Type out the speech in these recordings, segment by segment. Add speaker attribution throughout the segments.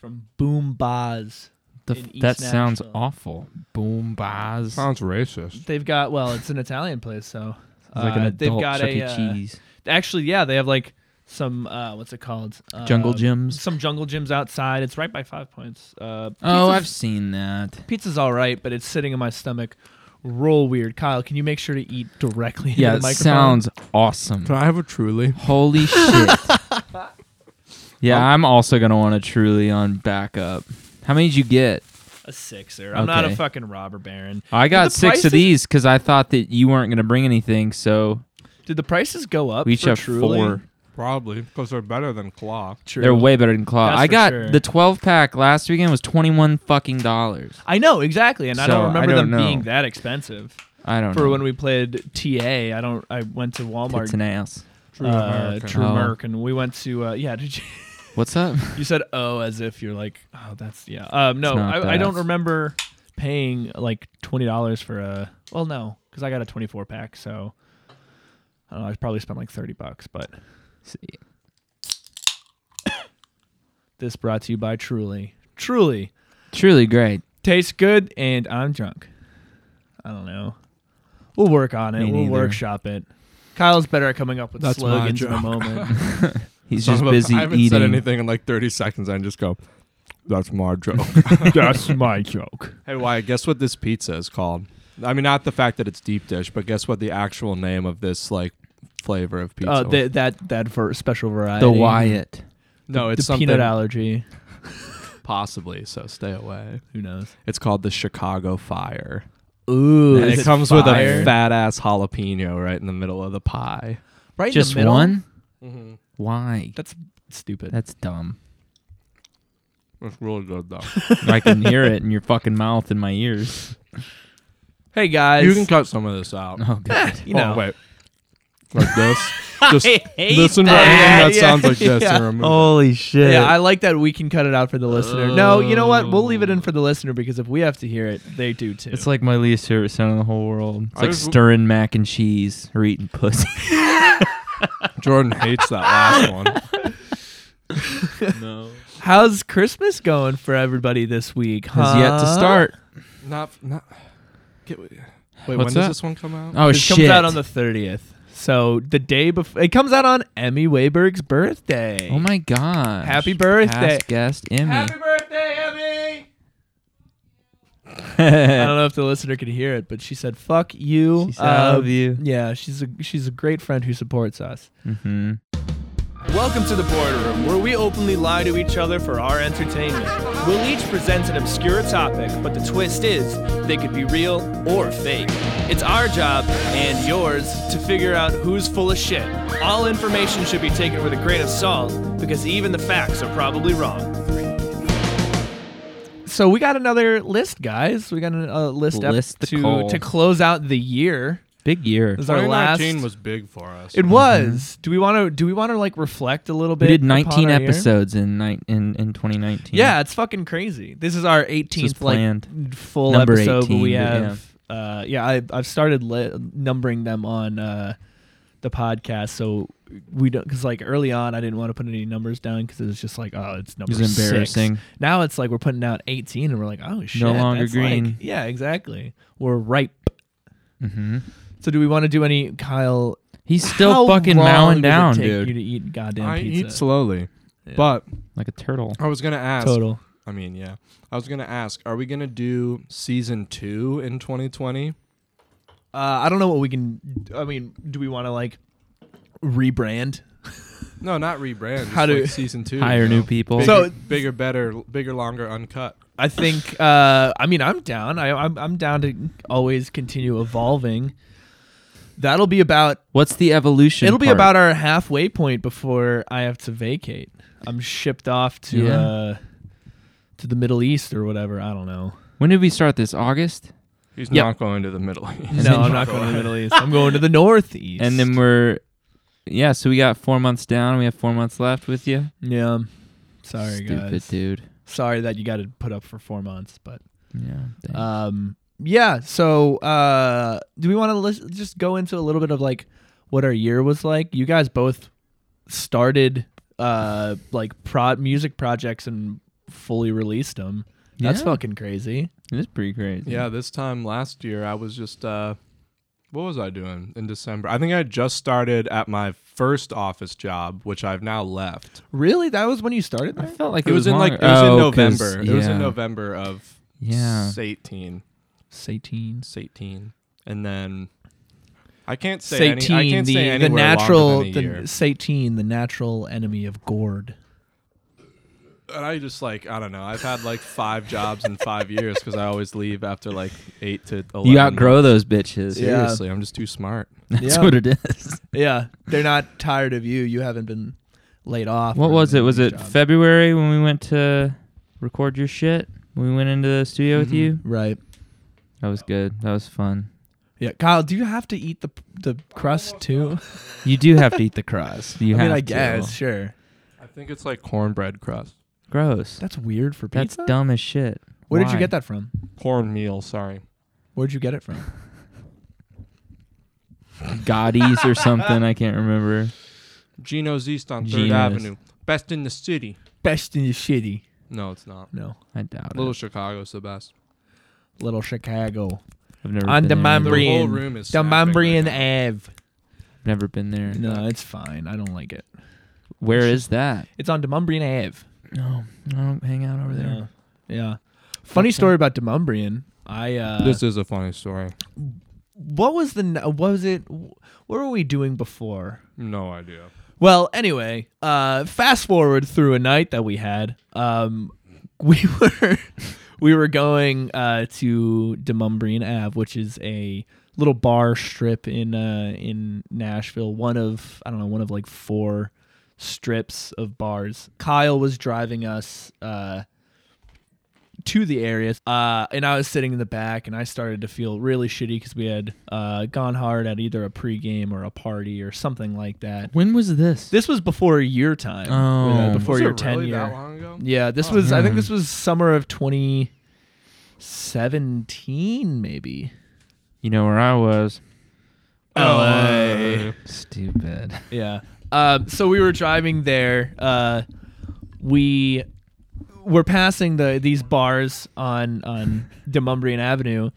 Speaker 1: from Boom Baz.
Speaker 2: The
Speaker 1: in
Speaker 2: f-
Speaker 1: East
Speaker 2: that sounds
Speaker 1: Nashville.
Speaker 2: awful. Boom bars.
Speaker 3: Sounds racist.
Speaker 1: They've got well, it's an Italian place, so
Speaker 2: It's like an
Speaker 1: uh,
Speaker 2: adult Chuck E.
Speaker 1: uh,
Speaker 2: Cheese.
Speaker 1: actually, yeah, they have like some uh, what's it called? Uh,
Speaker 2: Jungle gyms.
Speaker 1: Some jungle gyms outside. It's right by Five Points. Uh,
Speaker 2: Oh,
Speaker 1: pizza's-
Speaker 2: I've seen that.
Speaker 1: pizza's all right, but it's sitting in my stomach. Roll weird, Kyle. Can you make sure to eat directly into
Speaker 2: Yeah, it
Speaker 1: the microphone?
Speaker 2: sounds awesome.
Speaker 3: Can I have a truly?
Speaker 2: Holy shit.
Speaker 1: Um,
Speaker 2: Yeah, I'm also gonna want a truly on backup. How many did you get?
Speaker 1: a sixer. I'm not a
Speaker 2: Okay.
Speaker 1: fucking robber baron.
Speaker 2: I got
Speaker 1: the
Speaker 2: six
Speaker 1: prices-
Speaker 2: of these because I thought that you weren't gonna bring anything, so
Speaker 1: Did the prices go up?
Speaker 2: we each
Speaker 1: for
Speaker 2: have
Speaker 1: Truly?
Speaker 2: four.
Speaker 3: Probably because they're better than claw.
Speaker 1: True.
Speaker 2: They're way better than Claw.
Speaker 1: That's
Speaker 2: I
Speaker 1: for
Speaker 2: got
Speaker 1: sure.
Speaker 2: the 12 pack last weekend was 21 fucking dollars.
Speaker 1: I know exactly, and I
Speaker 2: So,
Speaker 1: don't
Speaker 2: I
Speaker 1: remember
Speaker 2: don't
Speaker 1: them being
Speaker 2: know.
Speaker 1: that expensive.
Speaker 2: I don't
Speaker 1: For
Speaker 2: know.
Speaker 1: when we played TA, I don't. I went to Walmart.
Speaker 2: Tits and ass.
Speaker 3: True
Speaker 1: uh,
Speaker 3: American.
Speaker 1: True
Speaker 2: Oh.
Speaker 1: Merc, and we went to uh, yeah. Did you,
Speaker 2: What's up?
Speaker 1: you said oh as if you're like oh that's yeah. Um, no,
Speaker 2: It's not
Speaker 1: I, I don't
Speaker 2: bad.
Speaker 1: remember paying like twenty dollars for a. Well, no, because I got a twenty four pack, so I don't know. I probably spent like thirty bucks, but this brought to you by Truly. Truly
Speaker 2: Truly great.
Speaker 1: tastes good, and I'm drunk. I don't know. We'll work on it.
Speaker 2: Me
Speaker 1: we'll
Speaker 2: neither.
Speaker 1: workshop it. Kyle's better at coming up with
Speaker 3: That's my
Speaker 1: slogans in the
Speaker 3: joke.
Speaker 1: moment.
Speaker 2: He's
Speaker 3: Son
Speaker 2: just
Speaker 3: of a-
Speaker 2: busy
Speaker 3: I haven't
Speaker 2: eating.
Speaker 3: said anything in like 30 seconds. I just go, that's my joke.
Speaker 1: That's my joke.
Speaker 3: hey, why? Guess what this pizza is called? I mean, not the fact that it's deep dish, but guess what the actual name of this like flavor of pizza?
Speaker 1: Uh,
Speaker 3: was?
Speaker 1: th- that that ver- special variety.
Speaker 2: The Wyatt.
Speaker 3: no, it's
Speaker 1: the
Speaker 3: something
Speaker 1: peanut allergy.
Speaker 3: possibly. So stay away.
Speaker 1: Who knows?
Speaker 3: It's called the Chicago Fire.
Speaker 1: Ooh,
Speaker 3: and
Speaker 1: is
Speaker 3: it comes with
Speaker 1: fire?
Speaker 3: a fat ass jalapeno right in the middle of the pie.
Speaker 1: right in the
Speaker 2: Just
Speaker 1: middle?
Speaker 2: one?
Speaker 3: Mm-hmm.
Speaker 2: Why?
Speaker 1: That's stupid.
Speaker 2: That's dumb.
Speaker 3: It's really good though.
Speaker 2: I can hear it in your fucking mouth in my ears.
Speaker 1: hey guys,
Speaker 3: you can cut some of this out.
Speaker 2: Oh god.
Speaker 1: you know.
Speaker 3: Oh, wait. Like this. Just
Speaker 1: hate
Speaker 3: listen to
Speaker 1: that.
Speaker 3: everything that
Speaker 1: Yeah,
Speaker 3: sounds like this
Speaker 1: yeah. Oh.
Speaker 3: and remove it.
Speaker 2: Holy shit.
Speaker 1: yeah, I like that we can cut it out for the listener. No, you know what? We'll leave it in for the listener because if we have to hear it, they do too.
Speaker 2: it's like my least favorite sound in the whole world. It's
Speaker 3: I
Speaker 2: like
Speaker 3: just-
Speaker 2: stirring mac and cheese or eating pussy.
Speaker 3: Jordan hates that last one.
Speaker 2: no.
Speaker 1: How's Christmas going for everybody this week?
Speaker 2: Has yet to
Speaker 1: huh?
Speaker 2: start.
Speaker 3: Not not. Get, wait, when
Speaker 2: What's
Speaker 3: does
Speaker 2: that?
Speaker 3: this one come out?
Speaker 2: Oh
Speaker 1: This
Speaker 2: shit.
Speaker 1: comes out on the thirtieth. So the day before it comes out on Emmy Wayberg's birthday.
Speaker 2: Oh my god.
Speaker 1: Happy birthday.
Speaker 2: Past guest Emmy.
Speaker 3: birthday, Emmy!
Speaker 1: I don't know if the listener could hear it, but she said, "Fuck you." um,
Speaker 2: She said, "I love you."
Speaker 1: Yeah, she's a she's a great friend who supports us.
Speaker 2: mm-hmm.
Speaker 1: Welcome to the Boardroom, where we openly lie to each other for our entertainment. We'll each present an obscure topic, but the twist is they could be real or fake. It's our job and yours to figure out who's full of shit. All information should be taken with a grain of salt because even the facts are probably wrong. So we got another list, guys. We got a uh, list, up
Speaker 2: List the
Speaker 1: to,
Speaker 2: call.
Speaker 1: to close out the year.
Speaker 2: Big year.
Speaker 1: This is our last.
Speaker 3: 2019 was big for us.
Speaker 1: It was. Do we want to? Do we want to like reflect a little
Speaker 2: Mm-hmm. We
Speaker 1: bit?
Speaker 2: did
Speaker 1: upon
Speaker 2: 19
Speaker 1: our year?
Speaker 2: episodes in ni- in in 2019.
Speaker 1: Yeah, it's fucking crazy. This is our 18th like
Speaker 2: planned.
Speaker 1: full
Speaker 2: Number
Speaker 1: episode. but
Speaker 2: 18,
Speaker 1: we
Speaker 2: but
Speaker 1: have yeah, uh, yeah I, I've started li- numbering them on uh, the podcast, so we don't because like early on I didn't want to put any numbers down because it was just like oh it's number
Speaker 2: It was
Speaker 1: six.
Speaker 2: embarrassing.
Speaker 1: Now it's like we're putting out 18 and we're like oh shit
Speaker 2: longer
Speaker 1: that's like-
Speaker 2: green.
Speaker 1: yeah, exactly. We're ripe.
Speaker 2: Mm-hmm.
Speaker 1: So do we want to do any Kyle?
Speaker 2: He's still
Speaker 1: how
Speaker 2: fucking
Speaker 1: long did
Speaker 2: mowing
Speaker 1: it
Speaker 2: down,
Speaker 1: take
Speaker 2: dude.
Speaker 1: You to eat goddamn
Speaker 3: I
Speaker 1: pizza.
Speaker 3: eat slowly, but
Speaker 2: Like a turtle.
Speaker 3: I was gonna ask.
Speaker 1: total.
Speaker 3: I mean, yeah. I was gonna ask. Are we gonna do season two in 2020?
Speaker 1: Uh, I don't know what we can. I mean, do we want to like rebrand?
Speaker 3: No, not rebrand. just
Speaker 1: How do-
Speaker 3: like season two?
Speaker 2: Hire
Speaker 3: you
Speaker 2: new
Speaker 3: know?
Speaker 2: people.
Speaker 3: Bigger,
Speaker 1: So-
Speaker 3: bigger, better, bigger, longer, uncut.
Speaker 1: I think. Uh, I mean, I'm down. I, I'm I'm down to always continue evolving. That'll be about.
Speaker 2: What's the evolution?
Speaker 1: It'll be
Speaker 2: part?
Speaker 1: about our halfway point before I have to vacate. I'm shipped off to
Speaker 2: Yeah.
Speaker 1: uh, to the Middle East or whatever. I don't know.
Speaker 2: When did we start this? August,
Speaker 3: He's
Speaker 1: Yep.
Speaker 3: not going to the Middle East.
Speaker 1: no, I'm not going to the Middle East. I'm going to the Northeast.
Speaker 2: and then we're yeah. So we got four months down. We have four months left with you.
Speaker 1: yeah. Sorry
Speaker 2: Stupid
Speaker 1: guys.
Speaker 2: dude.
Speaker 1: Sorry that you got to put up for four months, but
Speaker 2: Yeah. thanks.
Speaker 1: Um, yeah. So, uh, do we want to list, just go into a little bit of like what our year was like? You guys both started uh like prod music projects and fully released them. That's
Speaker 2: Yeah.
Speaker 1: fucking crazy.
Speaker 2: It is pretty crazy.
Speaker 3: Yeah, this time last year I was just uh what was I doing in December? I think I just started at my first office job, which I've now left.
Speaker 1: Really? That was when you started
Speaker 2: I
Speaker 1: that?
Speaker 2: felt like
Speaker 3: it, was, in like
Speaker 2: longer.
Speaker 3: it was in
Speaker 2: Oh, 'cause-
Speaker 3: November. It was in
Speaker 2: yeah.
Speaker 3: November of
Speaker 2: Yeah,
Speaker 3: 18.
Speaker 2: Satines.
Speaker 3: 18. And then I can't say any, I can't
Speaker 1: the,
Speaker 3: say
Speaker 1: the
Speaker 3: anywhere
Speaker 1: natural
Speaker 3: longer than a year.
Speaker 1: the Satine, the natural enemy of gourd.
Speaker 3: and I just like I don't know. I've had like five jobs in five years because I always leave after like eight to eleven.
Speaker 2: You outgrow those bitches.
Speaker 1: Yeah.
Speaker 3: Seriously, I'm just too smart.
Speaker 2: That's
Speaker 1: Yeah.
Speaker 2: what it is.
Speaker 1: Yeah, they're not tired of you. You haven't been laid off.
Speaker 2: What
Speaker 1: or
Speaker 2: was it?
Speaker 1: any
Speaker 2: Was it
Speaker 1: job.
Speaker 2: February when we went to record your shit? When we went into the studio
Speaker 1: Mm-hmm.
Speaker 2: with
Speaker 3: Mhm.
Speaker 2: you?
Speaker 1: right?
Speaker 2: That was good. That was fun.
Speaker 1: Yeah, Kyle, do you have to eat the the crust too?
Speaker 2: You do have to eat the crust. You
Speaker 1: I
Speaker 2: have
Speaker 1: mean, I
Speaker 2: to.
Speaker 1: guess sure.
Speaker 3: I think it's like cornbread crust,
Speaker 2: Gross.
Speaker 1: That's weird for
Speaker 2: That's
Speaker 1: pizza.
Speaker 2: dumb as shit.
Speaker 1: Where did you
Speaker 2: Why?
Speaker 1: get that from?
Speaker 3: cornmeal. Sorry,
Speaker 1: Where'd you get it from?
Speaker 2: Gotti's or something. I can't remember.
Speaker 3: Gino's East on Third
Speaker 2: Gino's.
Speaker 3: Avenue, best in the city.
Speaker 1: Best in the city.
Speaker 3: No, it's not.
Speaker 1: No,
Speaker 2: I doubt
Speaker 3: Little
Speaker 2: it.
Speaker 3: Chicago's the best.
Speaker 1: little Chicago.
Speaker 2: I've never
Speaker 1: on
Speaker 2: been
Speaker 1: the
Speaker 2: there.
Speaker 1: Mambri-
Speaker 3: The
Speaker 2: either.
Speaker 3: whole
Speaker 1: Brian.
Speaker 3: room is
Speaker 1: The
Speaker 3: snapping
Speaker 1: Mambrian
Speaker 3: right
Speaker 1: Ave.
Speaker 2: I've never been there.
Speaker 1: No, it's fine. I don't like it.
Speaker 2: Where is that?
Speaker 1: It's on Demumbrian Ave.
Speaker 2: No, I don't hang out over there.
Speaker 1: Yeah. Yeah. Funny
Speaker 2: Okay.
Speaker 1: story about Demumbrian. I
Speaker 3: now.
Speaker 1: uh,
Speaker 3: This is a funny story.
Speaker 1: what was the n- what was it? What were we doing before?
Speaker 3: No idea.
Speaker 1: Well, anyway, uh, fast forward through a night that we had. Um, we were we were going uh, to Demumbrian Ave, which is a little bar strip in uh, in Nashville. One of I don't know, one of like four strips of bars. Kyle was driving us uh, to the area, uh, and I was sitting in the back, and I started to feel really shitty because we had uh, gone hard at either a pregame or a party or something like that.
Speaker 2: When was this?
Speaker 1: This was before your time.
Speaker 2: Oh.
Speaker 1: uh, before
Speaker 3: Was
Speaker 1: your
Speaker 3: it really
Speaker 1: tenure.
Speaker 3: that long ago?
Speaker 1: yeah, this
Speaker 3: Oh,
Speaker 1: was. I think
Speaker 2: man.
Speaker 1: this was summer of 2017, maybe.
Speaker 2: You know where I was. Oh,
Speaker 1: LA.
Speaker 2: Stupid.
Speaker 1: uh, Yeah. Um, so we were driving there. Uh, we were passing the these bars on on Demumbrian Avenue,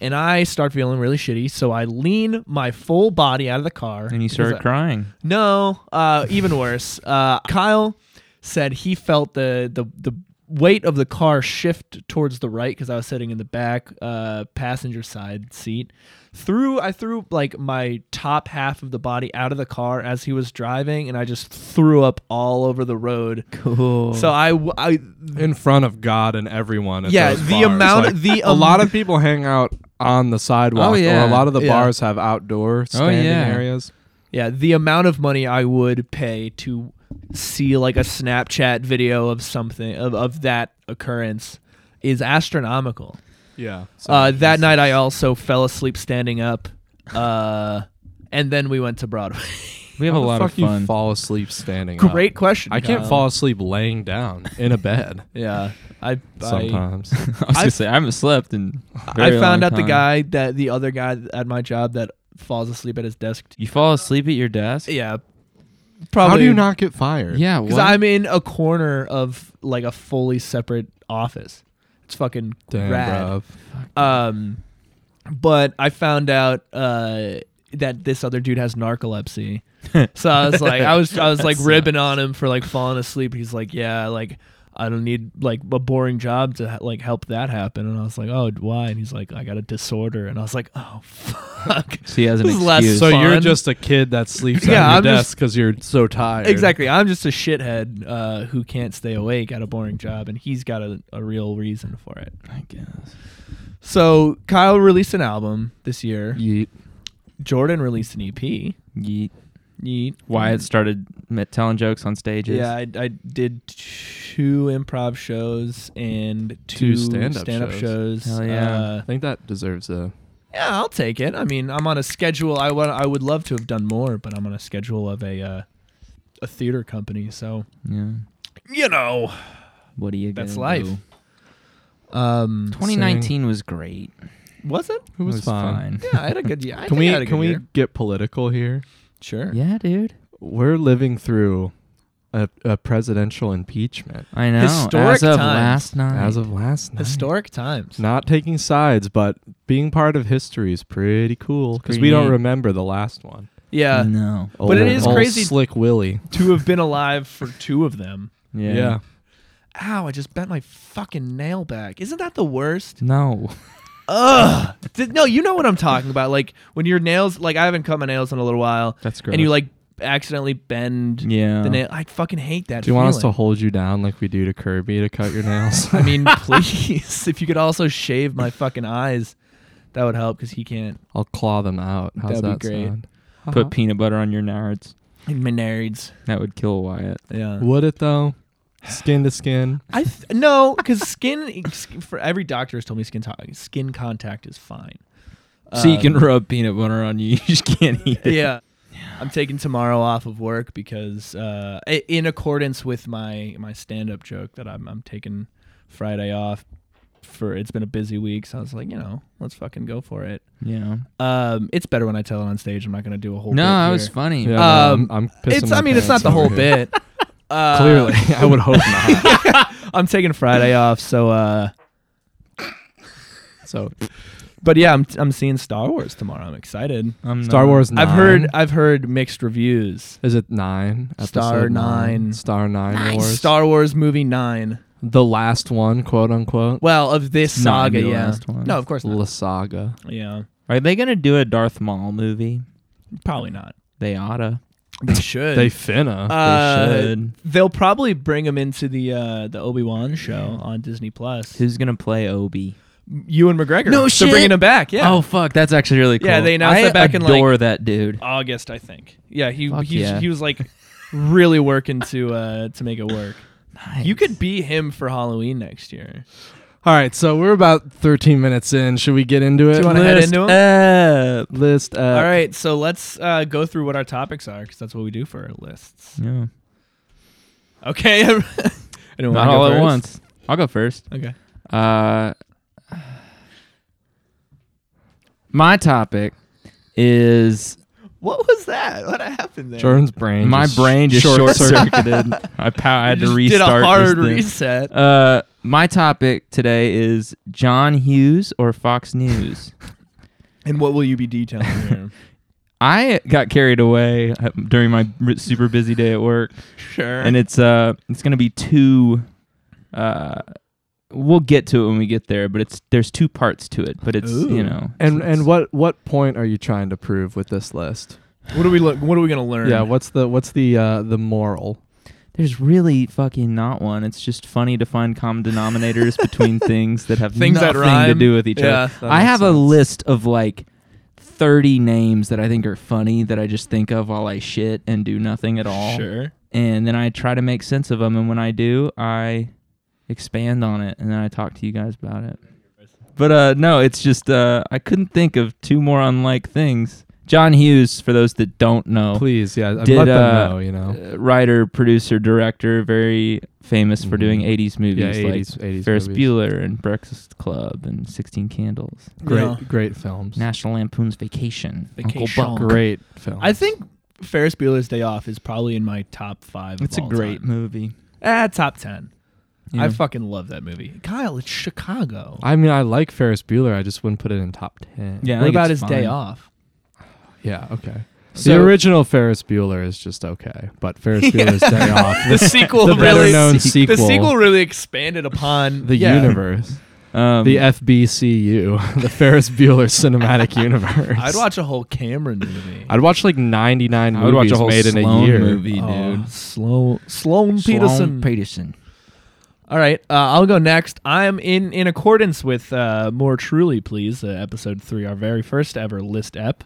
Speaker 1: and I start feeling really shitty. So I lean my full body out of the car,
Speaker 2: And you
Speaker 1: because
Speaker 2: started
Speaker 1: I-
Speaker 2: crying.
Speaker 1: No, uh, even worse. Uh, Kyle said he felt the, the the weight of the car shift towards the right because I was sitting in the back uh, passenger side seat. Threw I threw like my top half of the body out of the car as he was driving, and I just threw up all over the road.
Speaker 2: Cool.
Speaker 1: So I, w- I-
Speaker 3: in front of God and everyone. At
Speaker 1: Yeah,
Speaker 3: those
Speaker 1: the
Speaker 3: bars.
Speaker 1: amount-
Speaker 3: Like,
Speaker 1: the
Speaker 3: a lot
Speaker 1: am-
Speaker 3: of people hang out on the sidewalk.
Speaker 2: Oh, yeah.
Speaker 3: or a lot of the
Speaker 1: Yeah. Oh,
Speaker 3: bars have outdoor standing
Speaker 2: yeah.
Speaker 3: areas.
Speaker 1: yeah, the amount of money I would pay to see like a Snapchat video of something of, of that occurrence is astronomical.
Speaker 3: Yeah, so
Speaker 1: Uh, that night, I also fell asleep standing up, uh, and then we went to Broadway.
Speaker 2: we have
Speaker 3: How
Speaker 2: a
Speaker 3: the
Speaker 2: lot of
Speaker 3: fuck you
Speaker 2: fun.
Speaker 3: fall asleep standing. up?
Speaker 1: Great question.
Speaker 3: I can't
Speaker 1: Kyle.
Speaker 3: fall asleep laying down in a bed.
Speaker 1: Yeah, I I,
Speaker 3: Sometimes
Speaker 2: I was
Speaker 1: I-
Speaker 2: gonna say I haven't slept in. a
Speaker 1: I
Speaker 2: very
Speaker 1: found
Speaker 2: long
Speaker 1: out the
Speaker 2: time.
Speaker 1: guy that the other guy at my job that falls asleep at his desk.
Speaker 2: You fall asleep at your desk.
Speaker 1: Yeah, probably.
Speaker 3: how do you not get fired?
Speaker 2: Yeah.
Speaker 1: Because
Speaker 2: what?
Speaker 1: I'm in a corner of like a fully separate office. It's fucking
Speaker 3: damn,
Speaker 1: rad.
Speaker 3: bruv.
Speaker 1: Um, but I found out uh, that this other dude has narcolepsy. so I was like, I was, I was like ribbing on him for like falling asleep. He's like, yeah, like I don't need like a boring job to ha- like help that happen. And I was like, oh, why? And he's like, I got a disorder. And I was like, oh, fuck.
Speaker 2: So he has an
Speaker 1: This is last
Speaker 2: excuse.
Speaker 3: So you're
Speaker 1: fun.
Speaker 3: just a kid that sleeps
Speaker 1: Yeah,
Speaker 3: at
Speaker 1: I'm
Speaker 3: your
Speaker 1: just-
Speaker 3: desk because you're so tired.
Speaker 1: exactly. I'm just a shithead uh, who can't stay awake at a boring job, and he's got a, a real reason for it.
Speaker 2: I guess.
Speaker 1: So Kyle released an album this year.
Speaker 3: Yeet.
Speaker 1: Jordan released an EP.
Speaker 2: Yeet.
Speaker 1: Yeet.
Speaker 2: Wyatt started m- telling jokes on stages.
Speaker 1: Yeah, I, I did two improv shows and two,
Speaker 3: Two stand-up
Speaker 1: stand-up shows.
Speaker 2: Hell yeah.
Speaker 1: Uh,
Speaker 3: I think that deserves a.
Speaker 1: yeah, I'll take it. I mean, I'm on a schedule. I wa- I would love to have done more, but I'm on a schedule of a uh, a theater company, so
Speaker 2: Yeah.
Speaker 1: you know.
Speaker 2: What do you?
Speaker 1: That's
Speaker 2: gonna
Speaker 1: life.
Speaker 2: do?
Speaker 1: Um,
Speaker 2: 2019 was great.
Speaker 1: was it?
Speaker 3: It was,
Speaker 2: fine.
Speaker 1: Yeah, I had a good year. I
Speaker 3: Can
Speaker 1: think I had a
Speaker 3: we can
Speaker 1: good
Speaker 3: we
Speaker 1: year.
Speaker 3: get political here?
Speaker 1: Sure.
Speaker 2: yeah, dude.
Speaker 3: We're living through a, a presidential impeachment
Speaker 2: I know.
Speaker 1: Historic
Speaker 2: as of
Speaker 1: times.
Speaker 2: last night.
Speaker 3: as of last night.
Speaker 1: Historic times.
Speaker 3: Not taking sides, but being part of history is pretty cool because
Speaker 2: pretty
Speaker 3: we don't
Speaker 2: neat.
Speaker 3: remember the last one.
Speaker 1: Yeah.
Speaker 3: Mm.
Speaker 2: no.
Speaker 1: But it
Speaker 3: Old-
Speaker 1: is
Speaker 3: old
Speaker 1: crazy-
Speaker 3: Slick Willie.
Speaker 1: To have been alive for two of them.
Speaker 2: Yeah.
Speaker 1: Ow, I just bent my fucking nail back. Isn't that the worst?
Speaker 2: No.
Speaker 1: Ugh. Did- no, you know what I'm talking about. Like when your nails, like I haven't cut my nails in a little while,
Speaker 2: That's
Speaker 1: and you like accidentally bend
Speaker 2: Yeah.
Speaker 1: the nail. I fucking hate that.
Speaker 3: Do you want us to
Speaker 1: feeling.
Speaker 3: hold you down like we do to Kirby to cut your nails?
Speaker 1: I mean, please, if you could also shave my fucking eyes, that would help because he can't.
Speaker 3: I'll claw them out. How's
Speaker 1: That'd
Speaker 3: that
Speaker 1: be great. Uh-huh.
Speaker 3: sound?
Speaker 2: Put peanut butter on your nards.
Speaker 1: Menards.
Speaker 2: That would kill Wyatt.
Speaker 1: Yeah.
Speaker 3: Would it though? Skin to skin.
Speaker 1: I th- no, because skin for every doctor has told me skin to- skin contact is fine.
Speaker 2: so you
Speaker 1: Um,
Speaker 2: can rub peanut butter on you. You just can't eat it.
Speaker 1: yeah. I'm taking tomorrow off of work because, uh, i- in accordance with my my stand up joke that I'm I'm taking Friday off for. It's been a busy week, so I was like, you know, let's fucking go for it.
Speaker 2: Yeah.
Speaker 1: Um, it's better when I tell it on stage. I'm not gonna do a whole.
Speaker 2: No,
Speaker 1: bit
Speaker 2: that
Speaker 1: here.
Speaker 2: was funny.
Speaker 3: Yeah,
Speaker 1: Um,
Speaker 3: um, I'm, I'm pissing
Speaker 1: It's.
Speaker 3: my
Speaker 1: I mean, it's not
Speaker 3: pants
Speaker 1: the whole
Speaker 3: over here.
Speaker 1: bit. Uh,
Speaker 3: Clearly, I would hope not.
Speaker 1: I'm taking Friday off, so. uh
Speaker 3: So
Speaker 1: But yeah, I'm I'm seeing Star Wars tomorrow. I'm excited.
Speaker 2: I'm
Speaker 3: Star
Speaker 2: not-
Speaker 3: Wars. 9.
Speaker 1: I've heard I've heard mixed reviews.
Speaker 3: Is it nine?
Speaker 1: Star
Speaker 3: Episode
Speaker 1: nine.
Speaker 3: Star nine wars.
Speaker 1: Star Wars movie nine.
Speaker 3: the last one, quote unquote.
Speaker 1: Well, of this
Speaker 2: It's not
Speaker 1: saga,
Speaker 2: the
Speaker 1: yeah.
Speaker 2: last one.
Speaker 1: No, of course not.
Speaker 3: La saga.
Speaker 1: Yeah,
Speaker 2: Are they gonna do a Darth Maul movie?
Speaker 1: probably not.
Speaker 2: They oughta.
Speaker 1: They should.
Speaker 3: They finna.
Speaker 1: Uh,
Speaker 2: they should.
Speaker 1: They'll probably bring him into the uh, the Obi Wan show on Disney Plus.
Speaker 2: Who's gonna play Obi?
Speaker 1: You and McGregor.
Speaker 2: No
Speaker 1: They're
Speaker 2: shit.
Speaker 1: bringing him back. Yeah.
Speaker 2: Oh fuck, that's actually really cool.
Speaker 1: Yeah, they announced
Speaker 2: I
Speaker 1: that back in, like-
Speaker 2: adore that dude.
Speaker 1: August, I think. Yeah, he
Speaker 2: Fuck
Speaker 1: he,
Speaker 2: yeah.
Speaker 1: he was like really working to uh, to make it work. You could be him for Halloween next year.
Speaker 3: All right, so we're about 13 minutes in. Should we get into it?
Speaker 1: Do you want to head into him?
Speaker 3: up. List
Speaker 2: Uh,
Speaker 3: up.
Speaker 1: All right, so let's uh, go through what our topics are because that's what we do for our lists.
Speaker 2: Yeah.
Speaker 1: Okay. Anyone wanna
Speaker 2: Not
Speaker 1: go
Speaker 2: all at
Speaker 1: first?
Speaker 2: once. I'll go first.
Speaker 1: Okay.
Speaker 2: Uh, my topic is
Speaker 1: What was that? What happened there?
Speaker 3: Jordan's brain.
Speaker 2: my
Speaker 3: just
Speaker 2: brain just short circuited. I, pow- I
Speaker 1: I
Speaker 2: had to
Speaker 1: did
Speaker 2: restart.
Speaker 1: a hard
Speaker 2: this thing.
Speaker 1: reset.
Speaker 2: Uh, my topic today is John Hughes or Fox News.
Speaker 1: And what will you be detailing here?
Speaker 2: I got carried away uh, during my r- super busy day at work,
Speaker 1: sure.
Speaker 2: and it's uh, it's gonna be two. Uh, we'll get to it when we get there, but it's there's two parts to it. But it's
Speaker 1: Ooh.
Speaker 2: you know,
Speaker 3: And and what what point are you trying to prove with this list?
Speaker 1: what are we look? What are we gonna learn?
Speaker 3: Yeah, what's the what's the uh the moral?
Speaker 2: there's really fucking not one. It's just funny to find common denominators between things that have
Speaker 1: Things that
Speaker 2: nothing to
Speaker 1: rhyme.
Speaker 2: do with each other.
Speaker 1: yeah.
Speaker 3: That
Speaker 2: I
Speaker 3: makes
Speaker 2: have a
Speaker 3: sense.
Speaker 2: list of like 30 names that I think are funny that I just think of while I shit and do nothing at all.
Speaker 1: Sure.
Speaker 2: And then I try to make sense of them. And when I do, I expand on it and then I talk to you guys about it. But uh, no, it's just uh, I couldn't think of two more unlike things. John Hughes, for those that don't know,
Speaker 3: Please, yeah,
Speaker 2: Oh. Did,
Speaker 3: let them
Speaker 2: uh,
Speaker 3: know, you know.
Speaker 2: uh, writer, producer, director, very famous for
Speaker 3: Mhm.
Speaker 2: doing 80s movies
Speaker 3: Yeah,
Speaker 2: like
Speaker 3: 80s, 80s
Speaker 2: Ferris
Speaker 3: movies.
Speaker 2: Bueller and Breakfast Club and 16 Candles.
Speaker 3: Great
Speaker 1: Yeah.
Speaker 3: great films.
Speaker 2: National Lampoon's Vacation.
Speaker 1: Vacation.
Speaker 2: Uncle Buck.
Speaker 3: Great films.
Speaker 1: I think Ferris Bueller's Day Off is probably in my top five.
Speaker 2: It's a
Speaker 1: of all
Speaker 2: great
Speaker 1: Time.
Speaker 2: movie.
Speaker 1: Ah, top ten.
Speaker 2: Yeah.
Speaker 1: I fucking love that movie. Kyle, it's Chicago.
Speaker 3: I mean, I like Ferris Bueller. I just wouldn't put it in top ten.
Speaker 2: Yeah, I
Speaker 1: what
Speaker 2: think
Speaker 1: about
Speaker 2: it's
Speaker 1: his day
Speaker 2: fine.
Speaker 1: off?
Speaker 3: yeah, okay.
Speaker 2: So-
Speaker 3: the original Ferris Bueller is just okay, but Ferris Bueller's Day Off,
Speaker 1: The sequel
Speaker 3: the better
Speaker 1: really.
Speaker 3: known
Speaker 2: se-
Speaker 3: sequel,
Speaker 1: the sequel really expanded upon
Speaker 3: the
Speaker 1: yeah.
Speaker 3: universe,
Speaker 2: Um,
Speaker 3: the FBCU, the Ferris Bueller Cinematic Universe.
Speaker 1: I'd watch a whole Cameron movie.
Speaker 3: I'd watch like 99
Speaker 2: I
Speaker 3: movies
Speaker 2: would watch a whole
Speaker 3: made in
Speaker 2: Sloan
Speaker 3: a year.
Speaker 2: movie,
Speaker 1: Oh,
Speaker 2: dude.
Speaker 1: Sloan Sloan
Speaker 2: Sloan
Speaker 1: Peterson.
Speaker 2: Peterson.
Speaker 1: All right, uh, I'll go next. I'm in in accordance with uh, more truly, please. Uh, episode three, our very first ever list ep.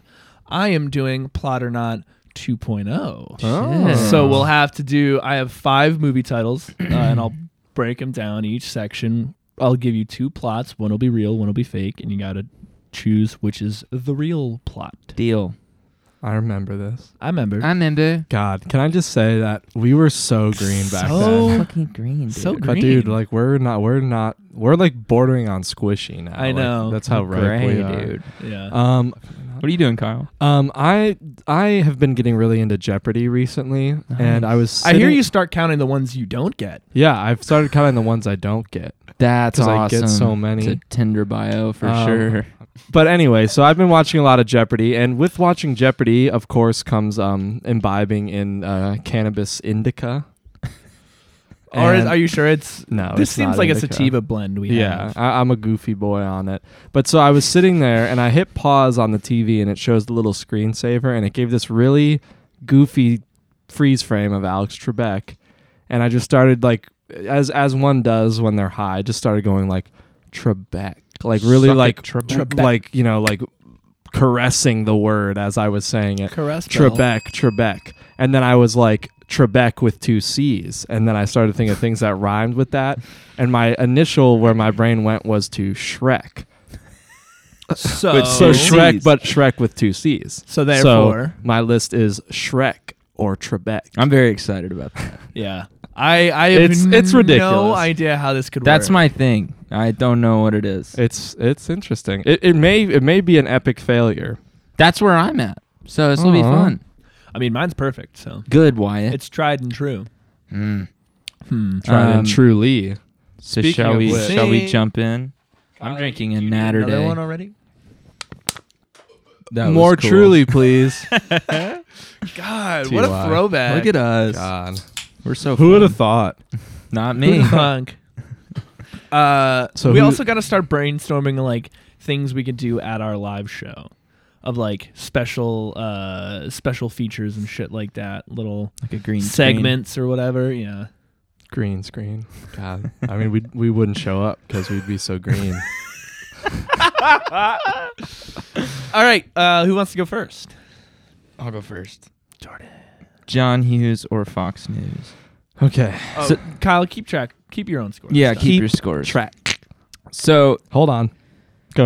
Speaker 1: I am doing plot or not 2.0.
Speaker 3: Oh.
Speaker 1: So we'll have to do. I have five movie titles, uh, and I'll break them down each section. I'll give you two plots. One will be real, one will be fake, and you gotta choose which is the real plot.
Speaker 2: Deal.
Speaker 3: I remember this.
Speaker 1: I remember.
Speaker 2: I remember.
Speaker 3: God, can I just say that we were so green back
Speaker 1: So
Speaker 3: then.
Speaker 2: Fucking green, dude.
Speaker 1: So
Speaker 3: But dude, like we're not, we're not, we're like bordering on squishy now.
Speaker 1: I
Speaker 3: Like,
Speaker 1: know.
Speaker 3: that's how ripe
Speaker 2: Gray,
Speaker 3: we are.
Speaker 2: dude.
Speaker 1: yeah.
Speaker 3: Um,
Speaker 2: What are you doing, Kyle?
Speaker 3: Um, I I have been getting really into Jeopardy recently, and I was.
Speaker 1: I hear
Speaker 3: sitting-
Speaker 1: you start counting the ones you don't get.
Speaker 3: Yeah, I've started counting the ones I don't get.
Speaker 2: That's
Speaker 3: 'Cause I get so many.
Speaker 2: It's a Tinder bio for
Speaker 3: Um,
Speaker 2: sure.
Speaker 3: But anyway, so I've been watching a lot of Jeopardy, and with watching Jeopardy, of course, comes um imbibing in uh, cannabis indica.
Speaker 1: Or is,
Speaker 3: And-
Speaker 1: are you sure it's?
Speaker 3: No,
Speaker 1: this
Speaker 3: it's
Speaker 1: seems
Speaker 3: not
Speaker 1: like a
Speaker 3: indica.
Speaker 1: sativa blend. We
Speaker 3: Yeah,
Speaker 1: have.
Speaker 3: I, I'm a goofy boy on it. But so I was sitting there and I hit pause on the TV and it shows the little screensaver and it gave this really goofy freeze frame of Alex Trebek. And I just started like, as as one does when they're high, just started going like Trebek, like really
Speaker 4: Suck it,
Speaker 3: like
Speaker 4: Trebek.
Speaker 3: Trebek. like you know like caressing the word as I was saying it.
Speaker 1: Caress bell.
Speaker 3: Trebek, Trebek. And then I was like, Trebek with two C's. And then I started thinking of things that rhymed with that. And my initial where my brain went was to Shrek.
Speaker 1: So,
Speaker 3: But- so Shrek, but Shrek with two C's.
Speaker 1: So therefore-
Speaker 3: my list is Shrek or Trebek.
Speaker 2: I'm very excited about that.
Speaker 1: yeah. I I have
Speaker 3: It's- it's
Speaker 1: no
Speaker 3: ridiculous.
Speaker 1: idea how this could.
Speaker 2: That's
Speaker 1: work.
Speaker 2: my thing. I don't know what it is.
Speaker 3: It's it's interesting. It, it may it may be an epic failure.
Speaker 2: That's where I'm at. So this will be
Speaker 3: Aw.
Speaker 2: fun.
Speaker 1: I mean, mine's perfect. So
Speaker 2: Good, Wyatt.
Speaker 1: it's tried and true.
Speaker 2: Mm.
Speaker 1: Hmm.
Speaker 3: Tried
Speaker 2: Um,
Speaker 3: and truly.
Speaker 2: So
Speaker 4: Speaking
Speaker 2: shall
Speaker 4: of
Speaker 2: we
Speaker 4: which-
Speaker 2: shall we
Speaker 1: Sing.
Speaker 2: jump in? I'm drinking a natter
Speaker 1: Another
Speaker 2: day.
Speaker 1: one already.
Speaker 2: That was
Speaker 3: More
Speaker 2: cool.
Speaker 3: truly, please.
Speaker 1: God,
Speaker 3: TY.
Speaker 1: what a throwback!
Speaker 2: Look at us.
Speaker 3: God.
Speaker 2: We're so
Speaker 4: Who would
Speaker 2: fun.
Speaker 4: have thought?
Speaker 2: Not
Speaker 1: Who
Speaker 2: me.
Speaker 1: the fuck? Uh,
Speaker 3: So
Speaker 1: we
Speaker 3: who-
Speaker 1: also got to start brainstorming like things we could do at our live show, of like special uh special features and shit like that, little
Speaker 2: like a green
Speaker 1: segments or whatever. Yeah,
Speaker 3: Green screen. God. I mean, we we wouldn't show up because we'd be so green.
Speaker 1: All right, uh, who wants to go first?
Speaker 2: I'll go first.
Speaker 1: Jordan.
Speaker 2: John Hughes or Fox News?
Speaker 3: okay.
Speaker 1: Oh,
Speaker 2: So-
Speaker 1: Kyle, keep track. Keep your own score.
Speaker 2: Yeah,
Speaker 1: So-
Speaker 2: keep, your scores.
Speaker 3: Track.
Speaker 2: so
Speaker 3: Hold on. Go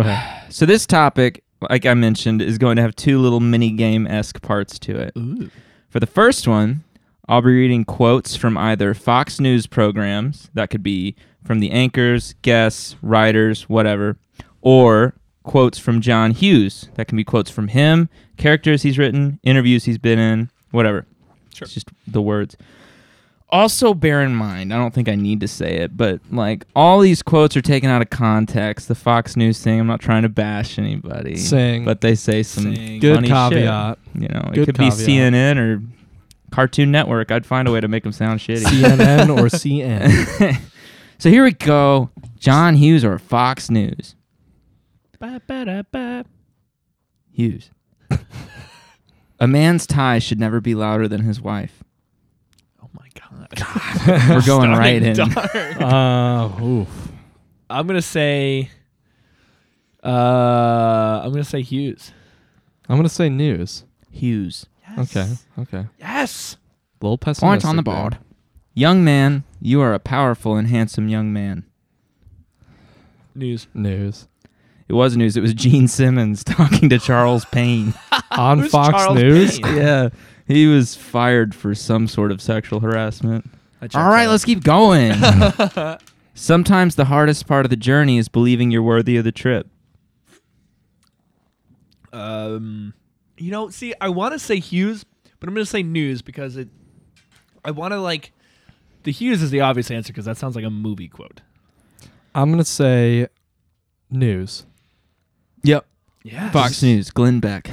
Speaker 3: ahead.
Speaker 2: so this topic, like I mentioned, is going to have two little mini game esque parts to it.
Speaker 1: Ooh.
Speaker 2: For the first one, I'll be reading quotes from either Fox News programs, that could be from the anchors, guests, writers, whatever, or quotes from John Hughes, that can be quotes from him, characters he's written, interviews he's been in, whatever.
Speaker 1: Sure.
Speaker 2: It's just the words. Also, bear in mind, I don't think I need to say it, but like all these quotes are taken out of context. The Fox News thing, I'm not trying to bash anybody,
Speaker 3: Sing.
Speaker 2: but they say some
Speaker 1: Sing.
Speaker 3: Good
Speaker 2: funny shit.
Speaker 3: caveat.
Speaker 2: You know, it
Speaker 3: Good
Speaker 2: could be
Speaker 3: caveat.
Speaker 2: CNN or Cartoon Network. I'd find a way to make them sound shitty.
Speaker 3: CNN or CN.
Speaker 2: so here we go. John Hughes or Fox News?
Speaker 1: Ba-ba-da-ba.
Speaker 2: Hughes. a man's tie should never be louder than his wife.
Speaker 1: Oh my god.
Speaker 2: We're going right in.
Speaker 1: Dark.
Speaker 3: Uh, oof.
Speaker 1: I'm gonna say. Uh, I'm gonna say Hughes.
Speaker 3: I'm gonna say news.
Speaker 2: Hughes.
Speaker 3: Okay. Okay. A
Speaker 1: Yes.
Speaker 3: little pessimistic.
Speaker 2: Points on the
Speaker 3: there.
Speaker 2: board. Young man, you are a powerful and handsome young man.
Speaker 1: News.
Speaker 3: News
Speaker 2: It was news. It was Gene Simmons talking to Charles Payne.
Speaker 3: on
Speaker 1: Who's
Speaker 3: Fox
Speaker 1: Charles
Speaker 3: News.
Speaker 1: Payne?
Speaker 2: yeah. He was fired for some sort of sexual harassment.
Speaker 1: That checks
Speaker 2: All right,
Speaker 1: out.
Speaker 2: let's keep going. Sometimes the hardest part of the journey is believing you're worthy of the trip.
Speaker 1: Um, you know, see, I want to say Hughes, but I'm going to say News because it. I want to like. The Hughes is the obvious answer because that sounds like a movie quote.
Speaker 3: I'm gonna say news.
Speaker 2: Yep.
Speaker 1: Yeah.
Speaker 2: Fox News, Glenn Beck.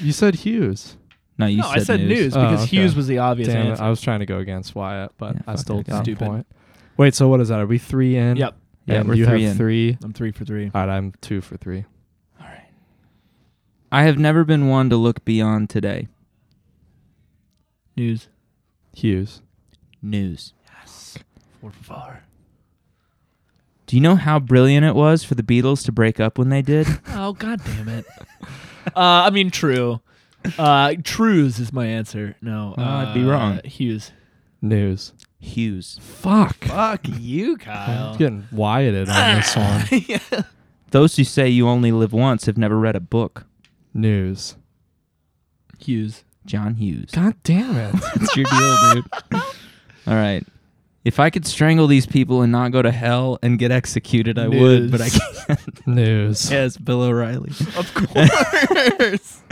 Speaker 3: You said Hughes.
Speaker 2: No, you
Speaker 1: No,
Speaker 2: said,
Speaker 1: I said news,
Speaker 3: Oh,
Speaker 1: because
Speaker 3: okay.
Speaker 1: Hughes was the obvious
Speaker 3: Damn it!
Speaker 1: answer.
Speaker 3: I was trying to go against Wyatt, but
Speaker 2: Yeah,
Speaker 3: I
Speaker 2: fuck
Speaker 3: still
Speaker 2: it,
Speaker 3: got a
Speaker 1: stupid.
Speaker 3: point. Wait, so what is that? Are we three in?
Speaker 1: Yep.
Speaker 2: Yeah,
Speaker 3: And
Speaker 2: we're
Speaker 3: you
Speaker 2: three
Speaker 3: have
Speaker 2: in.
Speaker 3: three.
Speaker 1: I'm three for three.
Speaker 3: All right, I'm two for three.
Speaker 2: All right. I have never been one to look beyond today.
Speaker 1: News.
Speaker 3: Hughes.
Speaker 2: News.
Speaker 1: Yes. Four for four.
Speaker 2: Do you know how brilliant it was for the Beatles to break up when they did?
Speaker 1: Oh god damn it. uh, I mean true. Uh, trues is my answer. No,
Speaker 2: No,
Speaker 1: uh,
Speaker 2: I'd be wrong.
Speaker 1: Hughes.
Speaker 3: News.
Speaker 2: Hughes.
Speaker 3: Fuck.
Speaker 1: Fuck you,
Speaker 3: I'm
Speaker 1: Kyle.
Speaker 3: getting Wyatted on this one.
Speaker 2: Those who say you only live once have never read a book.
Speaker 3: News.
Speaker 1: Hughes.
Speaker 2: John Hughes.
Speaker 3: God damn it.
Speaker 2: That's your deal, dude. All right. If I could strangle these people and not go to hell and get executed, I would, but I
Speaker 1: News.
Speaker 2: can't.
Speaker 3: News.
Speaker 2: yes, Bill O'Reilly.
Speaker 1: Of course.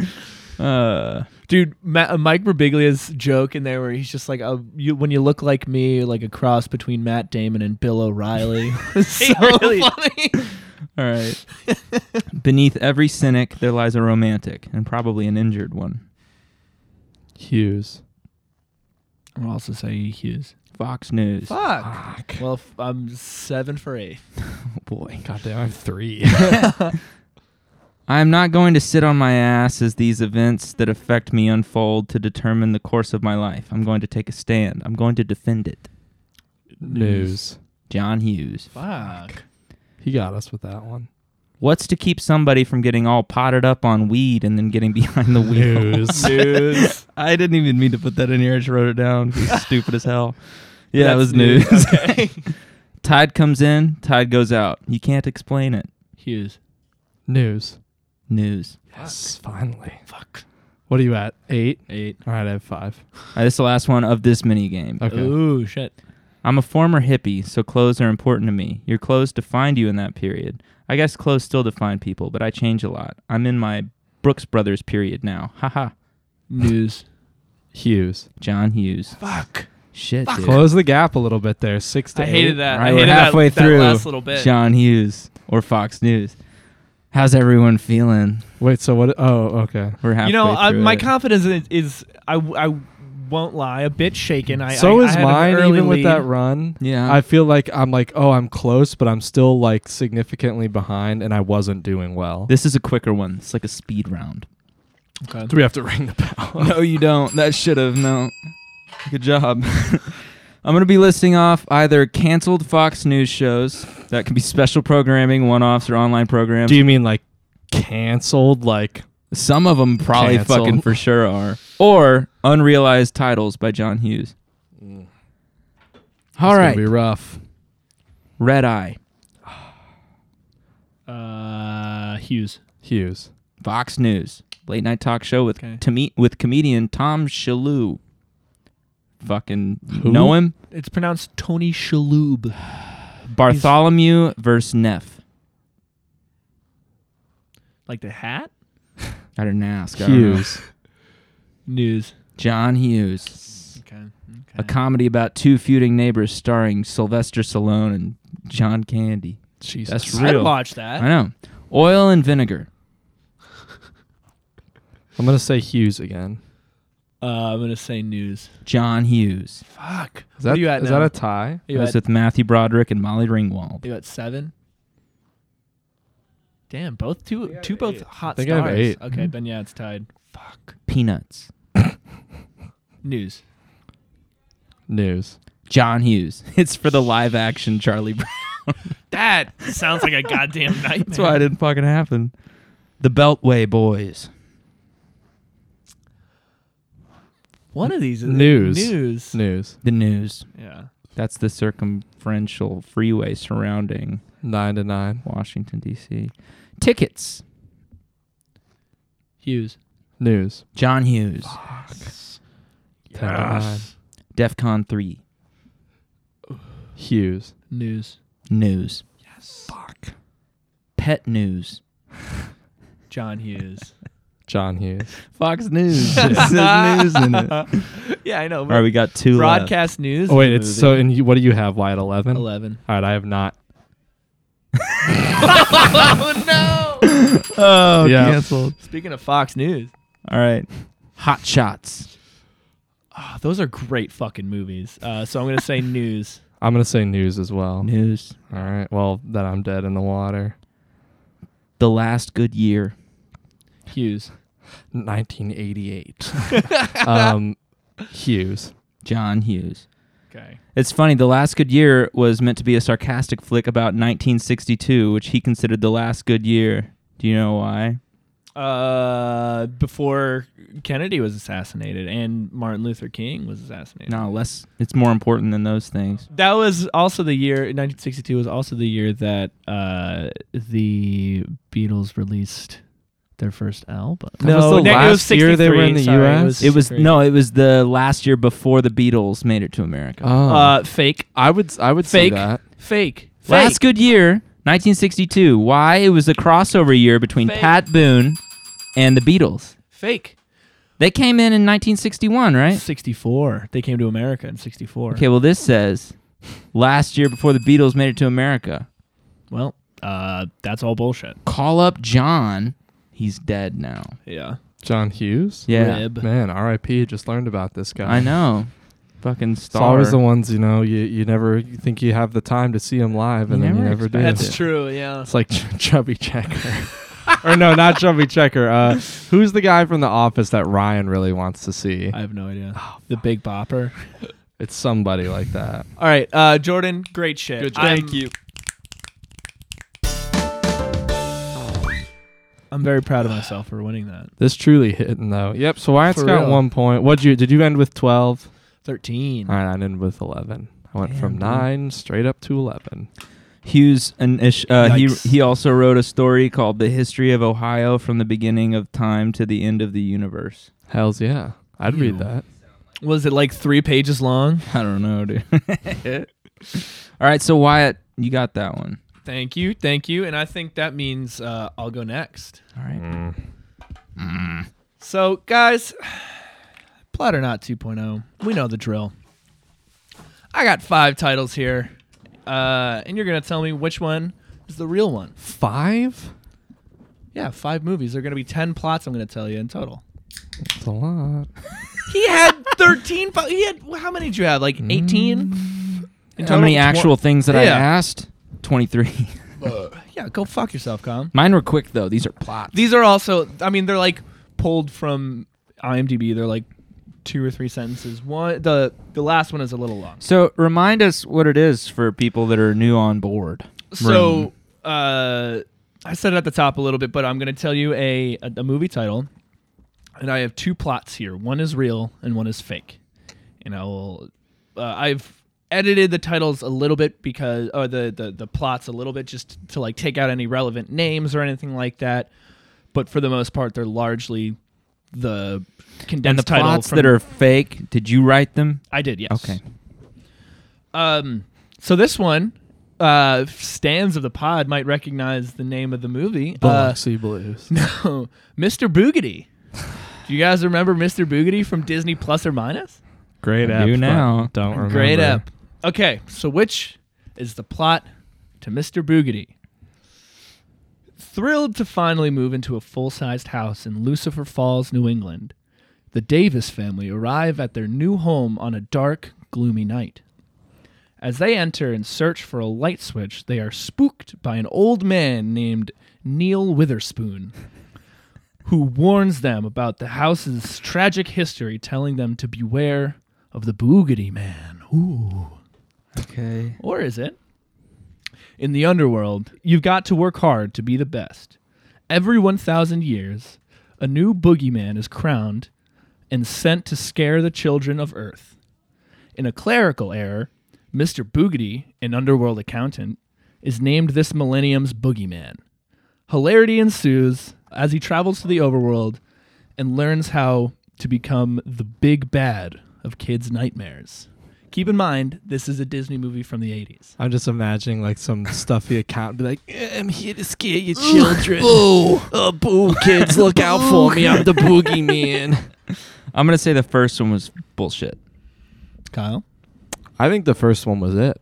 Speaker 2: Uh,
Speaker 1: Dude, Ma- uh, Mike Birbiglia's joke in there where he's just like, oh, you, when you look like me, you're like a cross between Matt Damon and Bill O'Reilly. so
Speaker 2: really-
Speaker 1: funny.
Speaker 2: all right. Beneath every cynic, there lies a romantic and probably an injured one.
Speaker 3: Hughes.
Speaker 1: I'll also say Hughes.
Speaker 2: Fox News.
Speaker 1: Fuck. Well, f- I'm seven for eight.
Speaker 2: Oh, boy.
Speaker 3: Goddamn, I have three.
Speaker 2: I am not going to sit on my ass as these events that affect me unfold to determine the course of my life. I'm going to take a stand. I'm going to defend it.
Speaker 3: News.
Speaker 2: John Hughes.
Speaker 1: Fuck.
Speaker 3: He got us with that one.
Speaker 2: What's to keep somebody from getting all potted up on weed and then getting behind the wheel?
Speaker 3: News.
Speaker 1: News.
Speaker 2: I didn't even mean to put that in here. I just wrote it down. He's stupid as hell. Yeah,
Speaker 1: That's
Speaker 2: it was news.
Speaker 1: news. Okay.
Speaker 2: tide comes in, tide goes out. You can't explain it.
Speaker 1: Hughes.
Speaker 3: News.
Speaker 2: News.
Speaker 3: Yes, finally.
Speaker 1: Fuck.
Speaker 3: What are you at? Eight?
Speaker 1: Eight.
Speaker 3: All right, I have five.
Speaker 2: All right, this is the last one of this mini game.
Speaker 3: Okay.
Speaker 1: Ooh, shit.
Speaker 2: I'm a former hippie, so clothes are important to me. Your clothes defined you in that period. I guess clothes still define people, but I change a lot. I'm in my Brooks Brothers period now. Haha.
Speaker 1: News.
Speaker 3: Hughes.
Speaker 2: John Hughes.
Speaker 1: Fuck.
Speaker 2: Shit, dude.
Speaker 3: Close the gap a little bit there. Six to
Speaker 1: I
Speaker 3: eight.
Speaker 1: hated that.
Speaker 2: Right,
Speaker 1: I
Speaker 2: we're
Speaker 1: hated that-
Speaker 2: halfway
Speaker 1: that,
Speaker 2: through.
Speaker 1: last little bit.
Speaker 2: John Hughes or Fox News. How's everyone feeling?
Speaker 3: Wait, so what? Oh, okay.
Speaker 2: We're halfway
Speaker 1: you know, uh,
Speaker 2: through
Speaker 1: my
Speaker 2: it.
Speaker 1: confidence is, is I, w- I won't lie, a bit shaken. I I,
Speaker 3: so
Speaker 1: I
Speaker 3: is
Speaker 1: had an
Speaker 3: mine,
Speaker 1: early
Speaker 3: even with
Speaker 1: lead.
Speaker 3: that run.
Speaker 2: yeah.
Speaker 3: I feel like I'm like, oh, I'm close, but I'm still like significantly behind, and I wasn't doing well.
Speaker 2: this is a quicker one. It's like a speed round.
Speaker 1: Okay.
Speaker 3: Do we have to ring the bell?
Speaker 2: No, you don't. That should have. No. Good job. I'm going to be listing off either canceled Fox News shows that can be special programming, one offs, or online programs.
Speaker 3: Do you mean like canceled? Like
Speaker 2: Some of them probably
Speaker 3: Canceled.
Speaker 2: fucking for sure are. Or unrealized titles by John Hughes. All
Speaker 3: it's
Speaker 2: right.
Speaker 3: gonna be rough.
Speaker 2: Red Eye,
Speaker 1: Uh, Hughes.
Speaker 3: Hughes.
Speaker 2: Fox News, late night talk show with
Speaker 1: Okay.
Speaker 2: to meet with comedian Tom Shalhoub. Fucking
Speaker 3: Who?
Speaker 2: know him?
Speaker 1: It's pronounced Tony Shalhoub.
Speaker 2: Bartholomew versus Neff.
Speaker 1: Like the hat?
Speaker 2: I didn't ask. I don't know.
Speaker 3: Hughes.
Speaker 1: News.
Speaker 2: John Hughes.
Speaker 1: Okay.
Speaker 2: a comedy about two feuding neighbors starring Sylvester Stallone and John Candy.
Speaker 3: Jesus.
Speaker 2: That's
Speaker 1: I'd
Speaker 2: real.
Speaker 1: watch
Speaker 2: I
Speaker 1: that.
Speaker 2: know. Oil and vinegar.
Speaker 3: I'm gonna say Hughes again.
Speaker 1: Uh, I'm gonna say news.
Speaker 2: John Hughes.
Speaker 1: Fuck.
Speaker 3: Is that,
Speaker 1: what are you at
Speaker 3: is
Speaker 1: now?
Speaker 3: that a tie?
Speaker 1: are you
Speaker 2: That's
Speaker 1: at,
Speaker 2: with Matthew Broderick and Molly Ringwald.
Speaker 1: you at seven? Damn, both two, two both hot
Speaker 3: think I have
Speaker 1: stars.
Speaker 3: eight. Mm-hmm.
Speaker 1: Okay, then yeah, it's tied. Fuck.
Speaker 2: Peanuts.
Speaker 1: News.
Speaker 3: News.
Speaker 2: John Hughes. It's for the live action Charlie Brown.
Speaker 1: That sounds like a goddamn nightmare.
Speaker 2: That's why it didn't fucking happen. The Beltway Boys.
Speaker 1: One of these is
Speaker 3: News.
Speaker 1: News.
Speaker 3: News.
Speaker 2: The news.
Speaker 1: Yeah.
Speaker 2: That's the circumferential freeway surrounding
Speaker 3: Nine to nine.
Speaker 2: Washington, D.C. Tickets.
Speaker 1: Hughes.
Speaker 3: News.
Speaker 2: John Hughes.
Speaker 3: Ten to nine.
Speaker 2: DEF CON 3.
Speaker 3: Hughes.
Speaker 1: News.
Speaker 2: News.
Speaker 3: Fuck.
Speaker 2: Pet news.
Speaker 1: John Hughes.
Speaker 3: John Hughes.
Speaker 2: Fox News. It says news in it. All
Speaker 1: yeah, I know.
Speaker 2: right, we got two left.
Speaker 1: broadcast news.
Speaker 3: Oh wait,
Speaker 1: is a
Speaker 3: it's so.
Speaker 1: movie.
Speaker 3: And you, what do you have? Why at eleven?
Speaker 1: eleven.
Speaker 3: All right, I have not.
Speaker 1: Oh no!
Speaker 2: Oh,
Speaker 3: Yeah.
Speaker 2: canceled.
Speaker 1: Speaking of Fox News,
Speaker 2: All right. Hot Shots.
Speaker 1: Ah, those are great fucking movies. Uh, so I'm gonna say news.
Speaker 3: I'm gonna say news as well.
Speaker 2: News.
Speaker 3: All right. Well, then I'm dead in the water.
Speaker 2: The last good year.
Speaker 1: Hughes.
Speaker 3: 1988. um, Hughes.
Speaker 2: John Hughes.
Speaker 1: Okay.
Speaker 2: It's funny, The Last Good Year was meant to be a sarcastic flick about 1962, which he considered the last good year. Do you know why?
Speaker 1: Uh, before Kennedy was assassinated and Martin Luther King was assassinated.
Speaker 2: No, less. It's more important than those things.
Speaker 1: That was also the year. 1962 was also the year that uh, the Beatles released their first album.
Speaker 3: That was the
Speaker 1: ne- it was
Speaker 3: last year they were in
Speaker 1: 63,
Speaker 3: the
Speaker 1: sorry,
Speaker 3: US?
Speaker 2: It was
Speaker 1: 63.
Speaker 2: no, it was the last year before the Beatles made it to America.
Speaker 3: Oh.
Speaker 1: uh, fake,
Speaker 3: I would I would
Speaker 1: fake,
Speaker 3: say that.
Speaker 1: fake, fake.
Speaker 2: Last good year, 1962. Why? It was a crossover year between
Speaker 1: Fake.
Speaker 2: Pat Boone and the Beatles.
Speaker 1: fake.
Speaker 2: They came in in 1961, right?
Speaker 1: 64. They came to America in 64.
Speaker 2: Okay, well, this says last year before the Beatles made it to America.
Speaker 1: Well, uh, that's all bullshit.
Speaker 2: Call up John. He's dead now.
Speaker 1: Yeah.
Speaker 3: John Hughes?
Speaker 2: Yeah.
Speaker 1: Rib.
Speaker 3: Man, R.I.P. Just learned about this guy.
Speaker 2: I know. Fucking
Speaker 3: It's
Speaker 2: star.
Speaker 3: always the ones you know you, you never you think you have the time to see him live, and
Speaker 2: You
Speaker 3: then
Speaker 2: never
Speaker 3: you never do.
Speaker 2: expect
Speaker 1: That's
Speaker 2: it.
Speaker 1: true. Yeah.
Speaker 3: It's like Ch- Chubby Checker, or no, not Chubby Checker. Uh, who's the guy from The Office that Ryan really wants to see?
Speaker 1: I have no idea.
Speaker 3: Oh,
Speaker 1: the Big Bopper.
Speaker 3: It's somebody like that.
Speaker 1: All right, uh, Jordan. Great shit.
Speaker 4: Good job.
Speaker 1: I'm-
Speaker 2: Um,
Speaker 4: Thank you.
Speaker 1: I'm very proud of myself for winning that.
Speaker 3: This truly hitting though. Yep. So Wyatt's
Speaker 1: For
Speaker 3: got
Speaker 1: real.
Speaker 3: one point. What you did you end with twelve?
Speaker 1: 13.
Speaker 3: All right, I ended with eleven. I went
Speaker 2: Damn,
Speaker 3: from
Speaker 2: dude.
Speaker 3: nine straight up to eleven.
Speaker 2: Hughes and Ish, uh, he
Speaker 1: Yikes.
Speaker 2: he also wrote a story called "The History of Ohio: From the Beginning of Time to the End of the Universe."
Speaker 3: Hell's yeah. I'd
Speaker 1: Ew.
Speaker 3: read that.
Speaker 1: Was it like three pages long?
Speaker 2: I don't know, dude. All right, so Wyatt, you got that one.
Speaker 1: Thank you, thank you, and I think that means uh, I'll go next.
Speaker 2: All right.
Speaker 3: Mm.
Speaker 1: So, guys, Platter Not 2.0, oh, we know the drill. I got five titles here, uh, and you're gonna tell me which one is the real one.
Speaker 3: Five?
Speaker 1: Yeah, five movies. There are gonna be ten plots. I'm gonna tell you in total.
Speaker 3: It's a lot.
Speaker 1: He had 13. fi- He had how many did you have? Like 18. In
Speaker 2: Mm. How many
Speaker 1: total?
Speaker 2: actual things that I
Speaker 1: Yeah.
Speaker 2: asked? Twenty-three.
Speaker 1: Yeah, go fuck yourself, Com.
Speaker 2: Mine were quick though. These are plots.
Speaker 1: These are also, I mean, they're like pulled from IMDb. They're like two or three sentences. One, the the last one is a little long.
Speaker 2: so remind us what it is for people that are new on board.
Speaker 1: So, uh, I said it at the top a little bit, but I'm going to tell you a, a a movie title, and I have two plots here. One is real, and one is fake. And I will, uh, I've edited the titles a little bit because, or the the the plots a little bit, just to like take out any relevant names or anything like that. But for the most part, they're largely the condensed
Speaker 2: and the
Speaker 1: title
Speaker 2: plots
Speaker 1: from-
Speaker 2: that are fake. Did you write them?
Speaker 1: I did, yes.
Speaker 2: Okay.
Speaker 1: Um, so this one, uh, stands of the pod might recognize the name of the movie. Uh,
Speaker 3: Biloxi Blues.
Speaker 1: no, Mr. Boogity. Do you guys remember Mr. Boogity from Disney Plus or Minus?
Speaker 3: Great
Speaker 2: I
Speaker 3: app.
Speaker 2: do
Speaker 3: but
Speaker 2: now.
Speaker 3: Don't remember.
Speaker 1: Great up. Okay, so which is the plot to Mr. Boogity? Thrilled to finally move into a full sized house in Lucifer Falls, New England, the Davis family arrive at their new home on a dark, gloomy night. As they enter and search for a light switch, they are spooked by an old man named Neil Witherspoon, who warns them about the house's tragic history, telling them to beware of the Boogity Man. Ooh.
Speaker 2: Okay.
Speaker 1: Or is it? In the underworld, you've got to work hard to be the best. Every 1,000 years, a new boogeyman is crowned and sent to scare the children of Earth. In a clerical error, Mr. Boogity, an underworld accountant, is named this millennium's boogeyman. Hilarity ensues as he travels to the overworld and learns how to become the big bad of kids' nightmares. Keep in mind, this is a Disney movie from the 80s.
Speaker 3: I'm just imagining like some stuffy account be like, "Eh, I'm here to scare your children. boo. Uh, boo, kids, look out for me. I'm the boogeyman.
Speaker 2: I'm gonna say the first one was bullshit.
Speaker 1: Kyle,
Speaker 3: I think the first one was it.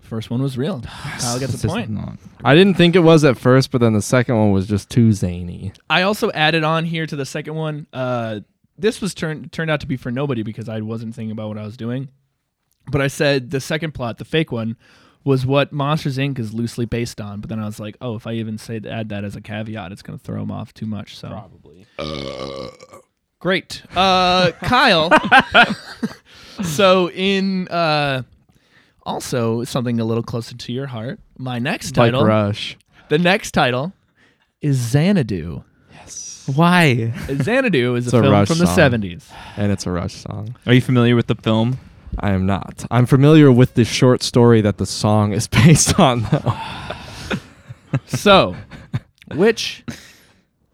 Speaker 1: first one was real. Kyle gets
Speaker 2: This
Speaker 1: a
Speaker 2: is
Speaker 1: point.
Speaker 2: not-
Speaker 3: I didn't think it was at first, but then the second one was just too zany.
Speaker 1: I also added on here to the second one. Uh, this was turned turned out to be for nobody because I wasn't thinking about what I was doing. But I said the second plot, the fake one, was what Monsters Inc. is loosely based on. But then I was like, oh, if I even say add that as a caveat, it's going to throw them off too much. So probably. Great, uh, Kyle. so in uh, also something a little closer to your heart, my next title,
Speaker 3: Like Rush.
Speaker 1: the next title is Xanadu.
Speaker 2: Why?
Speaker 1: Xanadu is
Speaker 3: It's
Speaker 1: a,
Speaker 3: a
Speaker 1: film
Speaker 3: Rush
Speaker 1: from the
Speaker 3: song.
Speaker 1: 70s.
Speaker 3: And it's a Rush song.
Speaker 2: Are you familiar with the film?
Speaker 3: I am not. I'm familiar with the short story that the song is based on, though.
Speaker 1: So, which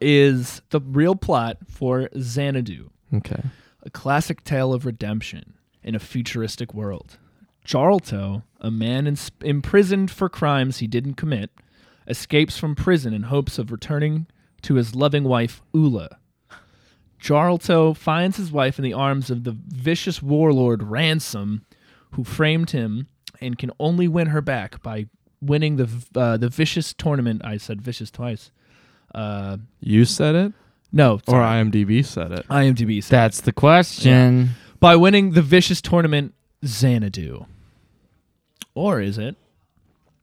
Speaker 1: is the real plot for Xanadu,
Speaker 3: Okay.
Speaker 1: a classic tale of redemption in a futuristic world. Jarlto, a man in- imprisoned for crimes he didn't commit, escapes from prison in hopes of returning to his loving wife, Ula. Jarlto finds his wife in the arms of the vicious warlord Ransom, who framed him and can only win her back by winning the v- uh, the vicious tournament. I said vicious twice. Uh,
Speaker 3: You said it,
Speaker 1: no,
Speaker 3: or
Speaker 1: sorry.
Speaker 3: IMDb said it.
Speaker 1: IMDb said
Speaker 2: That's the question.
Speaker 1: by winning the vicious tournament Xanadu. Or is it?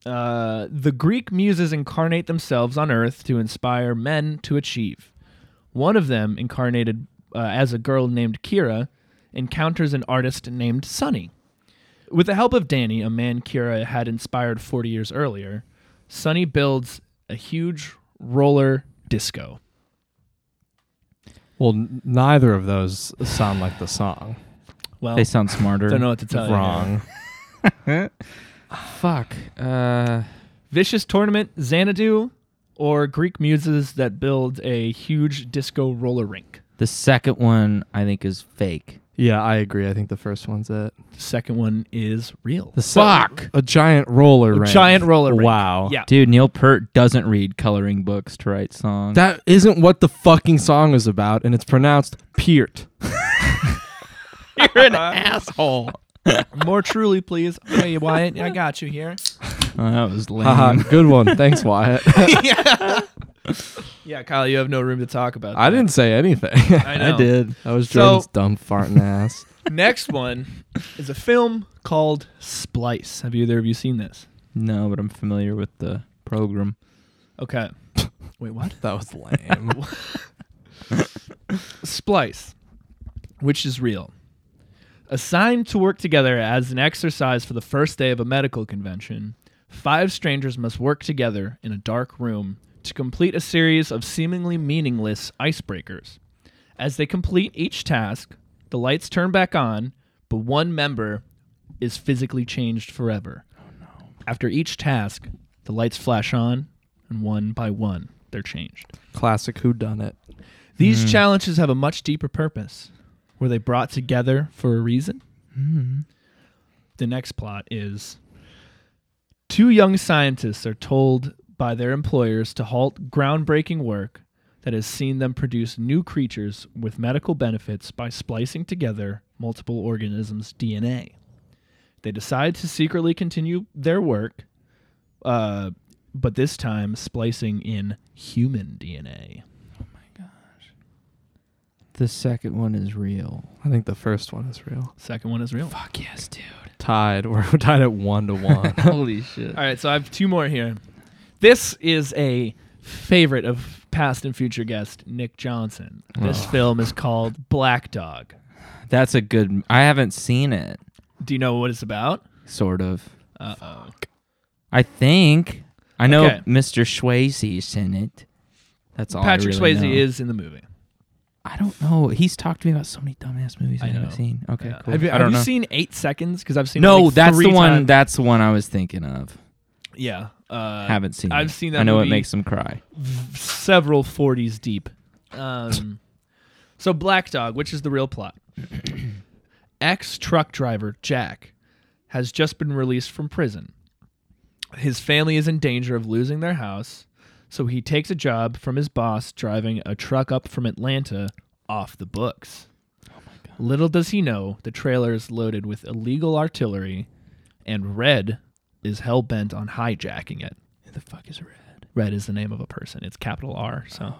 Speaker 1: Uh, the Greek muses incarnate themselves on earth to inspire men to achieve. One of them, incarnated uh, as a girl named Kira, encounters an artist named Sunny. With the help of Danny, a man Kira had inspired 40 years earlier, Sunny builds a huge roller disco.
Speaker 3: Well, n- neither of those sound like the song.
Speaker 1: Well,
Speaker 2: They sound smarter.
Speaker 1: don't know what to tell you.
Speaker 3: Wrong.
Speaker 2: Fuck. Uh,
Speaker 1: Vicious Tournament, Xanadu, or Greek muses that build a huge disco roller rink.
Speaker 2: the second one I think is fake.
Speaker 3: Yeah, I agree. I think the first one's it.
Speaker 1: The second one is real.
Speaker 3: The Fuck. A giant roller.
Speaker 1: A
Speaker 3: rink.
Speaker 1: giant roller rink.
Speaker 3: Wow.
Speaker 1: Yeah.
Speaker 2: Dude, Neil Peart doesn't read coloring books to write songs.
Speaker 3: That isn't what the fucking song is about, and it's pronounced Peart.
Speaker 1: You're an asshole. More truly, please. Hey, Wyatt, I got you here.
Speaker 2: oh, that was lame.
Speaker 3: Haha, good one. Thanks, Wyatt.
Speaker 1: Yeah, Kyle, you have no room to talk about.
Speaker 3: I
Speaker 1: that.
Speaker 3: didn't say anything.
Speaker 1: I know.
Speaker 2: did.
Speaker 3: That was
Speaker 1: So-
Speaker 3: Jordan's dumb farting ass.
Speaker 1: Next one is a film called Splice. Have either of you seen this?
Speaker 2: No, but I'm familiar with the program.
Speaker 1: Okay. Wait, what?
Speaker 3: that was lame.
Speaker 1: Splice, which is real. Assigned to work together as an exercise for the first day of a medical convention, five strangers must work together in a dark room to complete a series of seemingly meaningless icebreakers. As they complete each task, the lights turn back on, but one member is physically changed forever. After each task, the lights flash on, and one by one, they're changed.
Speaker 3: Classic Who Done It.
Speaker 1: These challenges have a much deeper purpose. Were they brought together for a reason? The next plot is two young scientists are told by their employers to halt groundbreaking work that has seen them produce new creatures with medical benefits by splicing together multiple organisms' DNA. They decide to secretly continue their work, uh, but this time splicing in human DNA.
Speaker 2: The second one is real.
Speaker 3: I think the first one is real.
Speaker 1: Second one is real.
Speaker 2: Fuck yes, dude.
Speaker 3: Tied. We're tied at one to one.
Speaker 2: Holy shit.
Speaker 1: All right, so I have two more here. This is a favorite of past and future guest Nick Johnson. This film is called Black Dog.
Speaker 2: That's a good. I haven't seen it.
Speaker 1: Do you know what it's about?
Speaker 2: Sort of.
Speaker 1: Uh-oh.
Speaker 2: I think. I know
Speaker 1: Okay.
Speaker 2: Mr. Swayze's in it. That's all. I
Speaker 1: Patrick
Speaker 2: really
Speaker 1: Swayze
Speaker 2: know.
Speaker 1: is in the movie.
Speaker 2: I don't know. He's talked to me about so many dumbass movies I
Speaker 1: I know.
Speaker 2: haven't seen. Okay,
Speaker 1: Yeah. Uh,
Speaker 2: cool.
Speaker 1: Have you,
Speaker 2: I
Speaker 1: have
Speaker 2: don't
Speaker 1: you
Speaker 2: know.
Speaker 1: seen Eight Seconds? Because I've seen it
Speaker 2: no,
Speaker 1: like
Speaker 2: that's the
Speaker 1: three
Speaker 2: one.
Speaker 1: times.
Speaker 2: That's the one I was thinking of.
Speaker 1: yeah. Uh,
Speaker 2: haven't seen.
Speaker 1: I've
Speaker 2: it.
Speaker 1: seen that
Speaker 2: I know
Speaker 1: movie.
Speaker 2: it makes them cry.
Speaker 1: several 40s deep. Um, so, Black Dog, which is the real plot. Ex truck driver Jack has just been released from prison. His family is in danger of losing their house, so he takes a job from his boss driving a truck up from Atlanta off the books. Little does he know, the trailer is loaded with illegal artillery, and Red is hell bent on hijacking it.
Speaker 2: Who the fuck is Red? Oh,
Speaker 1: Red is the name of a person. It's capital R. So,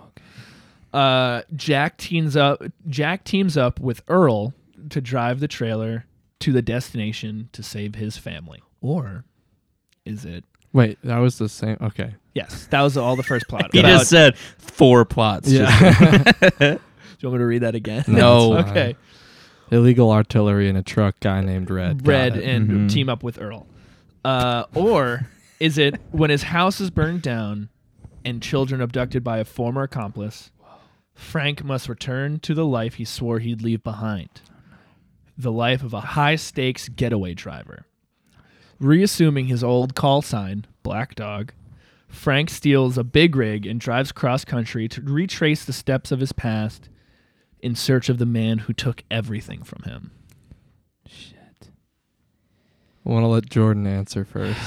Speaker 1: uh, Jack teams up. Jack teams up with Earl to drive the trailer to the destination to save his family. Or is it?
Speaker 3: Wait, that was the same. Okay.
Speaker 1: Yes, that was all the first plot.
Speaker 2: He
Speaker 1: About-
Speaker 2: just said four plots. just-
Speaker 1: do you want me to read that again?
Speaker 2: No.
Speaker 3: it's fine.
Speaker 1: okay.
Speaker 3: Illegal artillery in a truck. Guy named Red. Got
Speaker 1: Red
Speaker 3: it.
Speaker 1: and
Speaker 2: Mhm.
Speaker 1: team up with Earl. Uh, or is it when his house is burned down and children abducted by a former accomplice, Frank must return to the life he swore he'd leave behind the life of a high stakes getaway driver. Reassuming his old call sign, Black Dog, Frank steals a big rig and drives cross country to retrace the steps of his past in search of the man who took everything from him.
Speaker 2: Shit.
Speaker 3: I want to let Jordan answer first.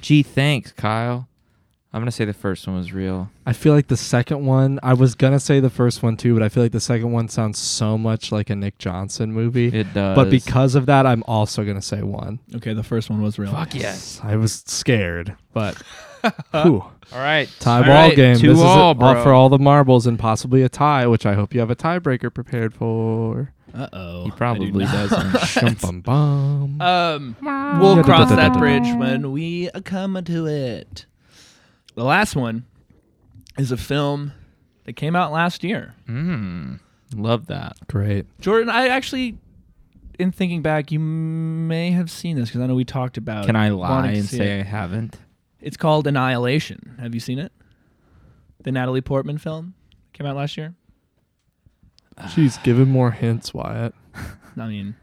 Speaker 2: Gee, thanks, Kyle. I'm gonna say the first one was real.
Speaker 3: I feel like the second one, I was going to say the first one too, but I feel like the second one sounds so much like a Nick Johnson movie.
Speaker 2: It does.
Speaker 3: but because of that, I'm also going to say one.
Speaker 1: Okay, the first one was real.
Speaker 2: fuck yes.
Speaker 3: I was scared, but whew,
Speaker 2: All right.
Speaker 3: tie
Speaker 2: All
Speaker 3: ball
Speaker 2: right,
Speaker 3: game.
Speaker 2: Two
Speaker 3: this
Speaker 2: all,
Speaker 3: is it,
Speaker 2: bro.
Speaker 3: for all the marbles and possibly a tie, which I hope you have a tiebreaker prepared for.
Speaker 1: Uh oh.
Speaker 2: He probably doesn't.
Speaker 3: Shum bum bum.
Speaker 1: Um, we'll cross that
Speaker 3: Da-da-da-da-da.
Speaker 1: bridge when we come to it. The last one is a film that came out last year.
Speaker 2: mm, love that.
Speaker 3: Great.
Speaker 1: Jordan, I actually, in thinking back, you may have seen this because I know we talked about.
Speaker 2: Uh, Can I lie
Speaker 1: wanting to
Speaker 2: and
Speaker 1: see it.
Speaker 2: say I haven't?
Speaker 1: It's called Annihilation. Have you seen it? The Natalie Portman film came out last year.
Speaker 3: She's giving more hints, Wyatt.
Speaker 1: I mean,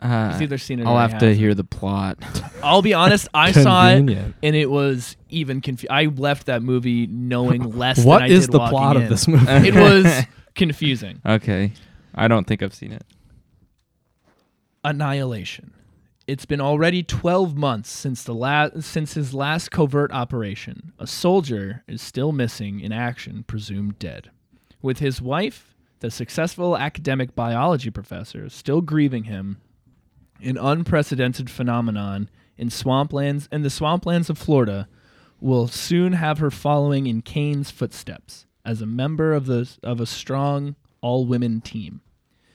Speaker 2: Uh,
Speaker 1: it's either seen it. or
Speaker 2: I'll
Speaker 1: I
Speaker 2: have to
Speaker 1: haven't.
Speaker 2: hear the plot.
Speaker 1: I'll be honest. I saw it
Speaker 3: Convenient.
Speaker 1: and it was even confused. I left that movie knowing less.
Speaker 3: What
Speaker 1: than I
Speaker 3: is
Speaker 1: did
Speaker 3: the
Speaker 1: walking
Speaker 3: plot
Speaker 1: in.
Speaker 3: of this movie?
Speaker 1: It was confusing.
Speaker 2: okay. I don't think I've seen it.
Speaker 1: Annihilation. It's been already 12 months since the last since his last covert operation. A soldier is still missing in action, presumed dead. With his wife, the successful academic biology professor, still grieving him, an unprecedented phenomenon in swamplands in the swamplands of Florida will soon have her following in Kane's footsteps as a member of the of a strong all-women team.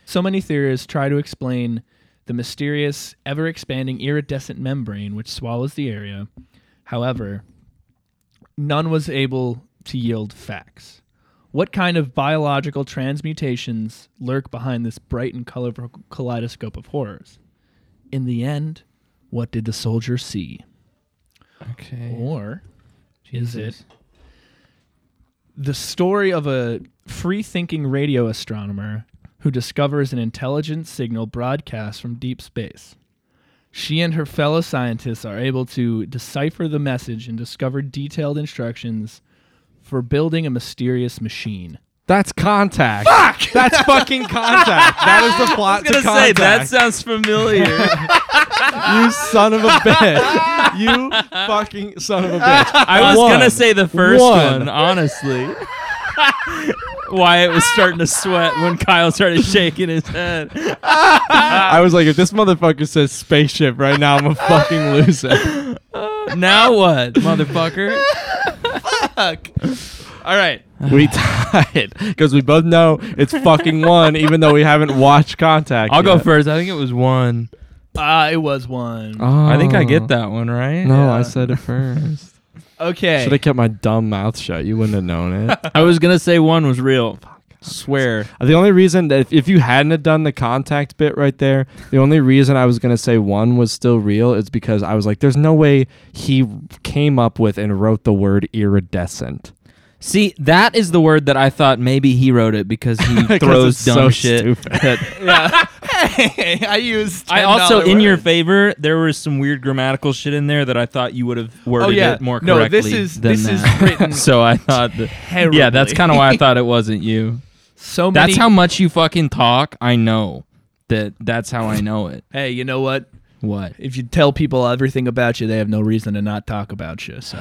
Speaker 1: So many theorists try to explain the mysterious, ever expanding iridescent membrane which swallows the area. However, none was able to yield facts. What kind of biological transmutations lurk behind this bright and colorful kaleidoscope of horrors? In the end, what did the soldier see?
Speaker 2: Okay.
Speaker 1: Or is it the story of a free thinking radio astronomer who discovers an intelligent signal broadcast from deep space. She and her fellow scientists are able to decipher the message and discover detailed instructions for building a mysterious machine.
Speaker 3: That's contact. Fuck! That's fucking contact. that is the plot to contact.
Speaker 2: sounds familiar.
Speaker 3: you son of a bitch. you fucking son of a bitch.
Speaker 2: I was
Speaker 3: One.
Speaker 2: gonna say the first
Speaker 3: One.
Speaker 2: one, honestly. Wyatt was starting to sweat when Kyle started shaking his head.
Speaker 3: I was like, if this motherfucker says spaceship right now, I'm a fucking loser.
Speaker 2: Now what, motherfucker?
Speaker 1: All right.
Speaker 3: we tied because we both know it's fucking one, even though we haven't watched Contact.
Speaker 2: I'll go
Speaker 3: yet.
Speaker 2: first. I think it was one.
Speaker 1: Uh, it was one.
Speaker 2: I think I get that one right.
Speaker 3: Oh. No, I
Speaker 1: Yeah.
Speaker 3: said it first.
Speaker 1: Okay.
Speaker 3: Should have kept my dumb mouth shut. You wouldn't have known it.
Speaker 2: I was gonna say one was real. Swear.
Speaker 3: the only reason that if, if you hadn't have done the contact bit right there, the only reason I was gonna say one was still real is because I was like, there's no way he came up with and wrote the word iridescent.
Speaker 2: See, that is the word that I thought maybe he wrote it because he
Speaker 3: 'Cause
Speaker 2: throws
Speaker 3: it's
Speaker 2: dumb
Speaker 3: so
Speaker 2: shit.
Speaker 3: stupid.
Speaker 2: that-
Speaker 1: Hey, I used.
Speaker 2: I also,
Speaker 1: $10
Speaker 2: in your
Speaker 1: words.
Speaker 2: favor, there was some weird grammatical shit in there that I thought you would have worded
Speaker 1: Oh, yeah.
Speaker 2: it more
Speaker 1: No,
Speaker 2: correctly.
Speaker 1: this is-
Speaker 2: than
Speaker 1: this is
Speaker 2: that.
Speaker 1: written
Speaker 2: so I thought that. Yeah, that's
Speaker 1: terribly.
Speaker 2: kind of why I thought it wasn't you.
Speaker 1: so many.
Speaker 2: That's how much you fucking talk. I know that. That's how I know it.
Speaker 1: Hey, you know what?
Speaker 2: What?
Speaker 1: if you tell people everything about you, they have no reason to not talk about you. So,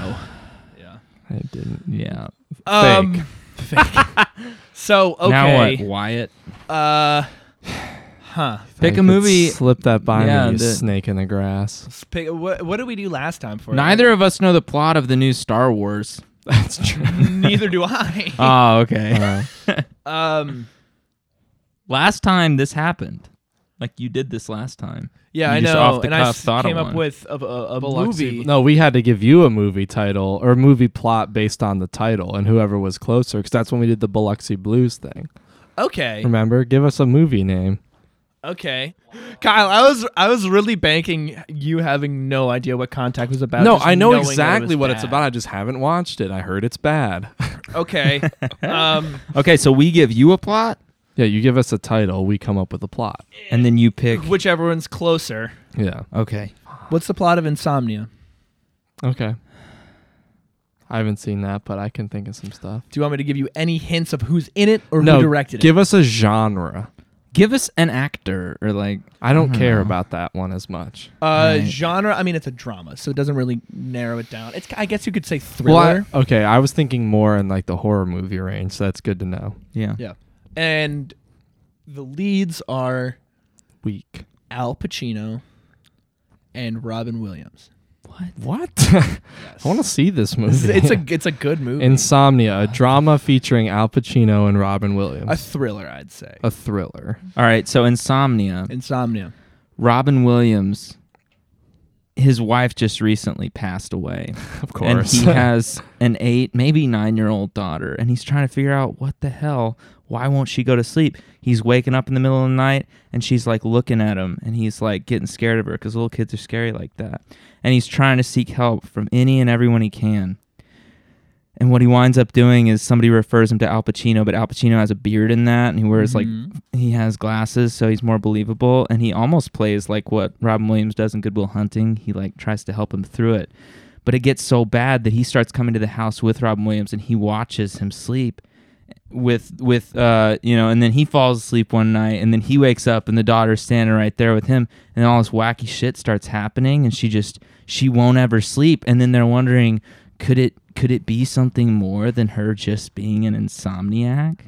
Speaker 1: yeah.
Speaker 3: I didn't.
Speaker 2: Yeah.
Speaker 1: Um, fake. so
Speaker 2: Now what?
Speaker 1: okay.
Speaker 2: Wyatt.
Speaker 1: Uh, huh.
Speaker 2: Pick
Speaker 3: I
Speaker 2: a
Speaker 3: could
Speaker 2: movie-
Speaker 3: Slip that by
Speaker 2: Yeah,
Speaker 3: me, you
Speaker 2: the-
Speaker 3: snake in the grass.
Speaker 1: Let's pick- what, what did we do last time for? it?
Speaker 2: Neither of us know the plot of the new Star Wars.
Speaker 3: That's true.
Speaker 1: Neither do I.
Speaker 2: Oh, okay.
Speaker 3: Uh,
Speaker 1: um.
Speaker 2: last time this happened, like you did this last time.
Speaker 1: Yeah,
Speaker 2: You
Speaker 1: I
Speaker 2: just
Speaker 1: know.
Speaker 2: off the
Speaker 1: and I
Speaker 2: cuff
Speaker 1: s-
Speaker 2: thought of
Speaker 1: came up
Speaker 2: one.
Speaker 1: with a, a, a movie.
Speaker 3: No, we had to give you a movie title or movie plot based on the title and whoever was closer, because that's when we did the Biloxi Blues thing.
Speaker 1: Okay.
Speaker 3: Remember? Give us a movie name.
Speaker 1: Okay. Kyle, I was I was really banking you having no idea what Contact was about.
Speaker 3: no,
Speaker 1: just
Speaker 3: I know
Speaker 1: knowing that it was
Speaker 3: exactly what
Speaker 1: bad.
Speaker 3: it's about. I just haven't watched it. I heard it's bad.
Speaker 1: Okay. um.
Speaker 2: Okay, so we give you a plot,
Speaker 3: yeah, you give us a title, we come up with a plot.
Speaker 2: and then you pick.
Speaker 1: Whichever one's closer.
Speaker 3: Yeah.
Speaker 2: Okay.
Speaker 1: What's the plot of Insomnia?
Speaker 3: Okay. I haven't seen that, but I can think of some stuff.
Speaker 1: Do you want me to give you any hints of who's in it or
Speaker 3: no,
Speaker 1: who directed
Speaker 3: give us a genre.
Speaker 2: Give us an actor or like
Speaker 3: I don't
Speaker 2: I don't
Speaker 3: care
Speaker 2: know.
Speaker 3: about that one as much.
Speaker 1: it? Uh,
Speaker 2: Right.
Speaker 1: Genre. I mean, it's a drama, so it doesn't really narrow it down. It's. I guess you could say thriller.
Speaker 3: Well, I, okay, I was thinking more in like the horror movie range, so that's good to know.
Speaker 2: yeah.
Speaker 1: yeah. And the leads are
Speaker 3: Weak.
Speaker 1: Al Pacino and Robin Williams.
Speaker 3: What? I want to see this
Speaker 1: It's,
Speaker 3: movie.
Speaker 1: it's a. It's a good movie.
Speaker 3: Insomnia, a drama featuring Al Pacino and Robin Williams.
Speaker 1: a thriller, I'd say.
Speaker 3: a thriller.
Speaker 2: All right, so Insomnia.
Speaker 1: Insomnia.
Speaker 2: Robin Williams his wife just recently passed away.
Speaker 3: Of
Speaker 2: And he has an eight, maybe nine year old daughter, and he's trying to figure out what the hell. Why won't she go to sleep? He's waking up in the middle of the night, and she's like looking at him, and he's like getting scared of her because little kids are scary like that. And he's trying to seek help from any and everyone he can. And what he winds up doing is somebody refers him to Al Pacino, but Al Pacino has a beard in that, and he wears
Speaker 1: Mhm.
Speaker 2: like he has glasses, so he's more believable. And he almost plays like what Robin Williams does in Good Will Hunting. He like tries to help him through it, but it gets so bad that he starts coming to the house with Robin Williams, and he watches him sleep with with uh you know, and then he falls asleep one night, and then he wakes up, and the daughter's standing right there with him, and all this wacky shit starts happening, and she just she won't ever sleep, and then they're wondering could it could it be something more than her just being an insomniac?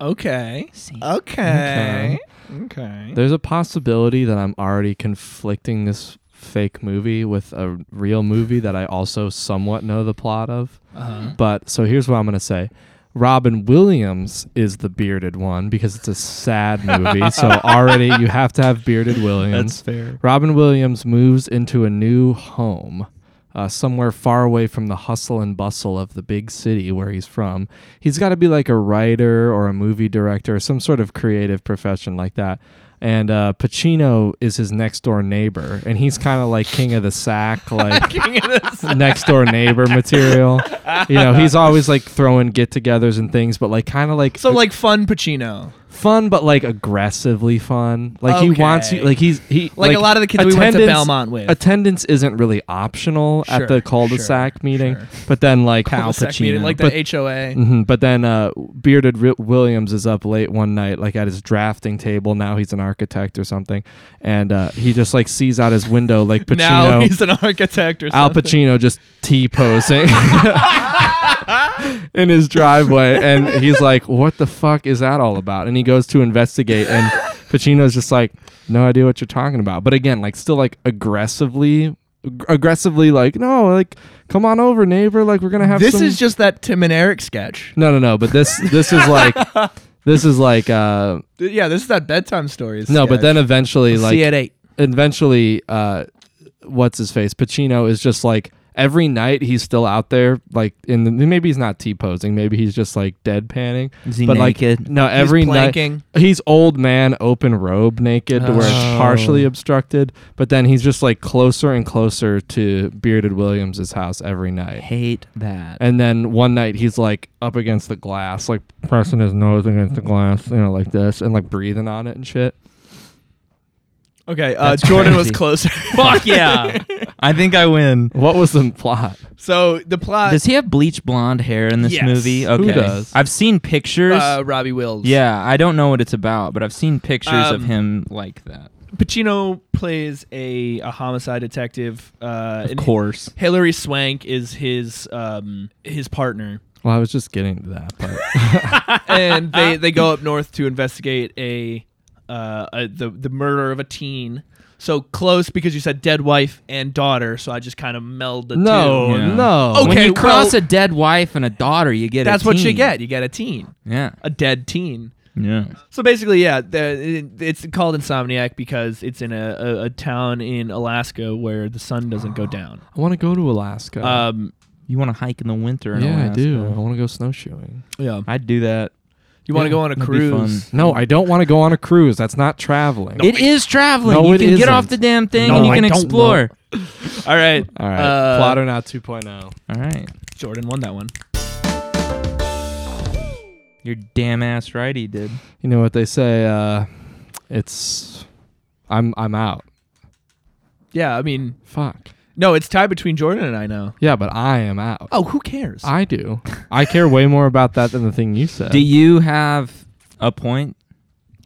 Speaker 1: Okay.
Speaker 2: See?
Speaker 1: Okay. Okay.
Speaker 3: There's a possibility that I'm already conflicting this fake movie with a real movie that I also somewhat know the plot of.
Speaker 1: Uh-huh.
Speaker 3: But so here's what I'm going to say. Robin Williams is the bearded one because it's a sad movie. so already you have to have bearded Williams.
Speaker 4: fair.
Speaker 3: Robin Williams moves into a new home, uh, somewhere far away from the hustle and bustle of the big city where he's from. He's got to be like a writer or a movie director, some sort of creative profession like that. And uh, Pacino is his next door neighbor, and he's kind of like king of the sack, like next door neighbor material. You know, he's always like throwing get-togethers and things, but like kind of like
Speaker 1: So like fun Pacino.
Speaker 3: fun, but like aggressively fun. Like he wants you,
Speaker 1: Okay.
Speaker 3: like he's he
Speaker 1: Like, a lot of the kids we went to
Speaker 3: attendance-
Speaker 1: Belmont with.
Speaker 3: attendance isn't really optional at
Speaker 1: Sure,
Speaker 3: the cul-de-sac
Speaker 1: sure,
Speaker 3: meeting,
Speaker 1: sure.
Speaker 3: but then like
Speaker 1: Cul-de-sac meeting, like the
Speaker 3: but,
Speaker 1: HOA.
Speaker 3: Mhm, but then uh, bearded Ri- Williams is up late one night, like at his drafting table. Now he's an architect or something, and uh, he just like sees out his window like Pacino.
Speaker 1: Now he's an architect or
Speaker 3: Al
Speaker 1: something.
Speaker 3: Pacino just T posing in his driveway. And he's like, What the fuck is that all about? And he goes to investigate. And Pacino's just like, No idea what you're talking about. But again, like, still like aggressively, ag- aggressively, like, No, like, come on over, neighbor. Like, we're going to have
Speaker 1: This
Speaker 3: some-
Speaker 1: is just that Tim and Eric sketch.
Speaker 3: No, no, no. But this, this is like, this is like, uh,
Speaker 1: Th- Yeah, this is that bedtime story.
Speaker 3: no, but then eventually, like,
Speaker 1: see at eight.
Speaker 3: eventually uh what's his face pacino is just like every night he's still out there like in the, maybe he's not t-posing maybe he's just like deadpanning
Speaker 2: Is he
Speaker 3: but
Speaker 2: naked?
Speaker 3: like no every night
Speaker 1: planking.
Speaker 3: he's old man open robe naked to where it's
Speaker 2: Oh.
Speaker 3: partially obstructed but then he's just like closer and closer to bearded williams's house every night
Speaker 2: Hate that.
Speaker 3: and then one night he's like up against the glass like pressing his nose against the glass you know like this and like breathing on it and shit
Speaker 1: Okay, uh,
Speaker 2: That's
Speaker 1: Jordan was
Speaker 2: crazy.
Speaker 1: closer.
Speaker 2: Fuck yeah! I think I win.
Speaker 3: what was the plot
Speaker 1: so the plot.
Speaker 2: Does he have bleach blonde hair in this
Speaker 1: Yes.
Speaker 2: movie?
Speaker 1: Who
Speaker 2: Okay.
Speaker 3: does?
Speaker 2: I've seen pictures.
Speaker 1: uh, Robbie Wills.
Speaker 2: yeah, I don't know what it's about, but I've seen pictures of
Speaker 1: Um,
Speaker 2: him like that.
Speaker 1: Pacino plays a, a homicide detective. Uh,
Speaker 2: Of
Speaker 1: and
Speaker 2: course.
Speaker 1: Hilary Swank is his um, his partner,
Speaker 3: Well, I was just getting to that part.
Speaker 1: and they, they go up north to investigate a, uh, a the the murder of a teen. So close because you said dead wife and daughter. So I just kind of meld the two.
Speaker 3: no,
Speaker 2: Yeah.
Speaker 3: no.
Speaker 1: Okay,
Speaker 2: Oh, when you cross
Speaker 1: well-
Speaker 2: a dead wife and a daughter, you get a
Speaker 1: That's what you
Speaker 2: teen.
Speaker 1: get. You get a teen,
Speaker 2: Yeah.
Speaker 1: a dead teen.
Speaker 2: Yeah.
Speaker 1: So basically, yeah, the, it, it's called Insomniac because it's in a, a, a town in Alaska where the sun doesn't go down.
Speaker 3: I want to go to Alaska.
Speaker 1: Um,
Speaker 2: You want to hike in the winter? in
Speaker 3: yeah, I do. I
Speaker 2: Alaska.
Speaker 3: want to go snowshoeing.
Speaker 1: yeah,
Speaker 2: I'd do that.
Speaker 1: you want to
Speaker 3: Yeah,
Speaker 1: go on a
Speaker 2: that'd be fun.
Speaker 1: cruise?
Speaker 3: No, I don't want to go on a cruise. That's not traveling.
Speaker 2: It is traveling.
Speaker 3: No,
Speaker 2: you
Speaker 3: it
Speaker 2: can get
Speaker 3: isn't.
Speaker 2: off the damn thing
Speaker 3: No,
Speaker 2: and you
Speaker 3: I
Speaker 2: can
Speaker 3: don't know.
Speaker 2: explore.
Speaker 1: All right,
Speaker 3: All right.
Speaker 1: Uh,
Speaker 3: Plot or not 2.0.
Speaker 2: All right.
Speaker 1: Jordan won that one.
Speaker 2: Your damn ass right he did.
Speaker 3: You know what they say? Uh, it's. I'm I'm out.
Speaker 1: Yeah, I mean,
Speaker 3: Fuck.
Speaker 1: No, it's tied between Jordan and I now.
Speaker 3: Yeah, but I am out.
Speaker 1: Oh, who cares?
Speaker 3: I do. I care way more about that than the thing you said.
Speaker 2: Do you have a point?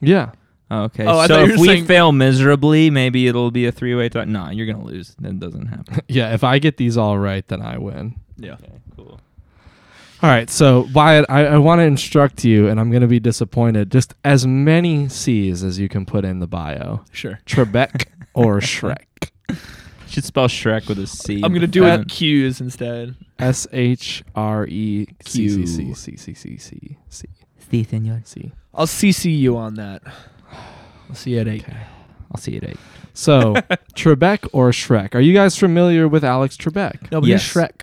Speaker 3: yeah.
Speaker 2: Okay.
Speaker 1: Oh, I
Speaker 2: so
Speaker 1: thought you
Speaker 2: if
Speaker 1: were
Speaker 2: we
Speaker 1: saying-
Speaker 2: fail miserably, maybe it'll be a three-way tie. Nah, you're gonna lose. That doesn't happen.
Speaker 3: Yeah, if I get these all right, then I win.
Speaker 1: yeah.
Speaker 2: Okay, cool.
Speaker 3: All right, so Wyatt, I, I want to instruct you, and I'm going to be disappointed. Just as many C's as you can put in the bio.
Speaker 1: Sure.
Speaker 3: Trebek or Shrek.
Speaker 2: Should spell Shrek with a C.
Speaker 1: I'm gonna do it
Speaker 2: Uh,
Speaker 1: with Q's instead.
Speaker 3: S H R E C C C C C C C C C.
Speaker 1: I'll CC you on that. I'll see you at eight.
Speaker 2: I'll see you at eight.
Speaker 3: So Trebek or Shrek? Are you guys familiar with Alex Trebek?
Speaker 1: No, but you're
Speaker 2: Yes.
Speaker 1: Shrek.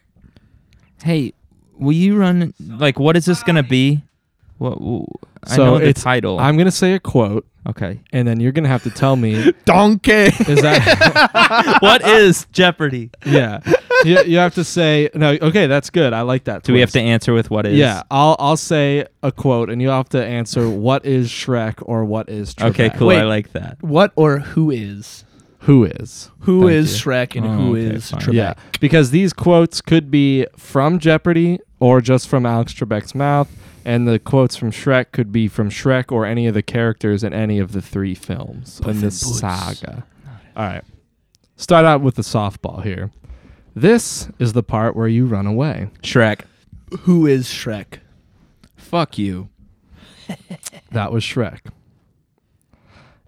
Speaker 2: Hey, will you run? Like, what is this gonna be? What? w- I
Speaker 3: So
Speaker 2: know the
Speaker 3: it's-
Speaker 2: title.
Speaker 3: I'm going to say a quote,
Speaker 2: okay.
Speaker 3: and then you're going to have to tell me
Speaker 1: Donkey.
Speaker 3: is that
Speaker 2: what is Jeopardy?
Speaker 3: yeah. You, you have to say no. Okay, that's good. I like that.
Speaker 2: Do we have to
Speaker 3: twist.
Speaker 2: answer with what is?
Speaker 3: Yeah, I'll I'll say a quote, and you'll have to answer what is Shrek or what is Trebek.
Speaker 2: Okay, cool. I
Speaker 1: Wait.
Speaker 2: like that.
Speaker 1: What or who is?
Speaker 3: Who is?
Speaker 1: Who
Speaker 2: Thank
Speaker 1: is
Speaker 2: you.
Speaker 1: Shrek and
Speaker 2: Oh,
Speaker 1: who is
Speaker 2: okay, fine.
Speaker 1: Trebek?
Speaker 3: Yeah, because these quotes could be from Jeopardy or just from Alex Trebek's mouth, and the quotes from Shrek could be from Shrek or any of the characters in any of the three films in this
Speaker 1: Puss in Boots.
Speaker 3: saga. All right, start out with the softball here. This is the part where you run away.
Speaker 2: Shrek.
Speaker 1: Who is Shrek?
Speaker 2: Fuck you.
Speaker 3: That was Shrek.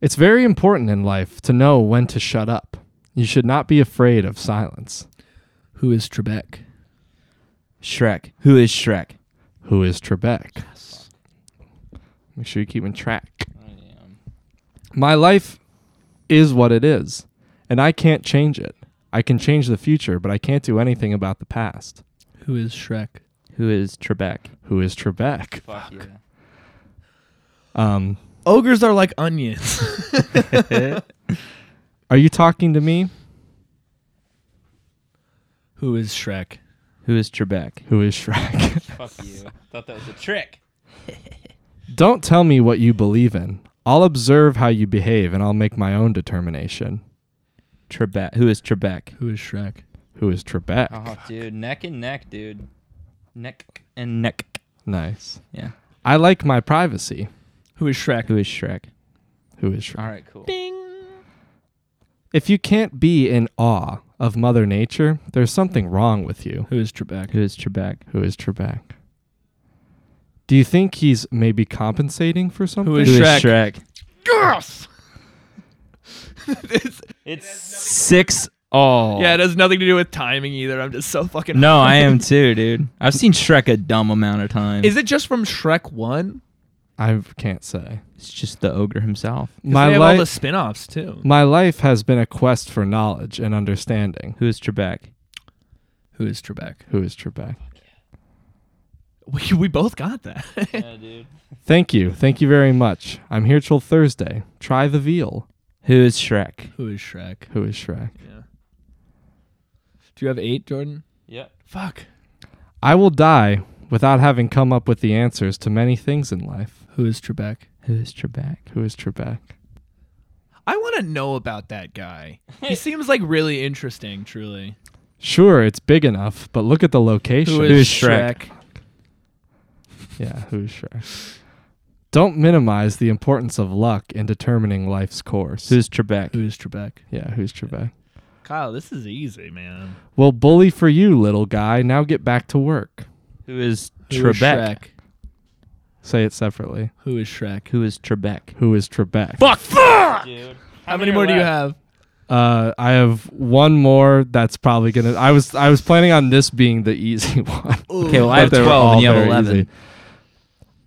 Speaker 3: It's very important in life to know when to shut up. You should not be afraid of silence.
Speaker 1: Who is Trebek?
Speaker 2: Shrek. Who is Shrek?
Speaker 3: Who is Trebek? Make sure you're keeping track. My life is what it is, and I can't change it. I can change the future, but I can't do anything about the past.
Speaker 1: Who is Shrek?
Speaker 2: Who is Trebek?
Speaker 3: Who is Trebek?
Speaker 2: Fuck yeah.
Speaker 3: Um,
Speaker 1: Ogres are like onions.
Speaker 3: are you talking to me?
Speaker 1: who is Shrek?
Speaker 2: Who is Trebek?
Speaker 3: Who is Shrek?
Speaker 2: Fuck you. Thought that was a trick.
Speaker 3: Don't tell me what you believe in. I'll observe how you behave and I'll make my own determination.
Speaker 2: Trebek. Who is Trebek?
Speaker 1: Who is Shrek?
Speaker 3: Who is Trebek?
Speaker 2: Oh, Uh-huh. dude, neck and neck, dude. Neck and neck.
Speaker 3: Nice.
Speaker 2: Yeah.
Speaker 3: I like my privacy.
Speaker 1: Who is Shrek?
Speaker 2: Who is Shrek?
Speaker 3: Who is Shrek?
Speaker 2: All right, cool.
Speaker 3: If you can't be in awe of Mother Nature, there's something wrong with you.
Speaker 1: Who is Trebek?
Speaker 2: Who is Trebek?
Speaker 3: Who is Trebek? Do you think he's maybe compensating for something?
Speaker 1: is
Speaker 2: Who is
Speaker 1: Shrek.
Speaker 2: Shrek? It's six all.
Speaker 1: Yeah, it has nothing to do with timing either. I'm just so fucking.
Speaker 2: No, I am too, dude. I've seen Shrek a dumb amount of times.
Speaker 1: Is it just from Shrek One?
Speaker 3: I can't say.
Speaker 2: It's just the ogre himself.
Speaker 1: My
Speaker 3: My
Speaker 1: they have all the
Speaker 3: life,
Speaker 1: spin-offs too.
Speaker 3: my life has been a quest for knowledge and understanding.
Speaker 2: Who is Trebek?
Speaker 1: Who is Trebek?
Speaker 3: Who is Trebek?
Speaker 1: We, we both got that.
Speaker 3: Thank you. Thank you very much. I'm here till Thursday. Try the veal.
Speaker 2: Who is Shrek?
Speaker 1: Who is Shrek?
Speaker 3: Who is Shrek?
Speaker 1: Yeah. Do you have eight, Jordan?
Speaker 2: Yep.
Speaker 1: Fuck.
Speaker 3: I will die without having come up with the answers to many things in life.
Speaker 1: Who is Trebek?
Speaker 2: Who is Trebek?
Speaker 3: Who is Trebek?
Speaker 1: I want to know about that guy. He seems like really interesting. Truly.
Speaker 3: Sure, it's big enough, but look at the location.
Speaker 2: is- Who's Shrek?
Speaker 3: yeah, who's Shrek? Don't minimize the importance of luck in determining life's course.
Speaker 2: Who is Trebek?
Speaker 1: Who is Trebek?
Speaker 3: yeah, who's Trebek?
Speaker 1: Kyle, this is easy, man.
Speaker 3: Well, bully for you, little guy. Now get back to work.
Speaker 2: Who is
Speaker 1: Who is
Speaker 2: Trebek?
Speaker 1: Shrek?
Speaker 3: Say it separately.
Speaker 1: Who is Shrek?
Speaker 2: Who is Trebek?
Speaker 3: Who is Trebek?
Speaker 1: Fuck! Fuck!
Speaker 2: Dude.
Speaker 1: How many more do you have?
Speaker 3: Uh, I have one more. That's probably gonna. I was I was planning on this being the easy one.
Speaker 2: Okay, well, I
Speaker 3: But
Speaker 2: have
Speaker 3: they were
Speaker 2: 12
Speaker 3: all
Speaker 2: and you have
Speaker 3: very
Speaker 2: 11.
Speaker 3: easy.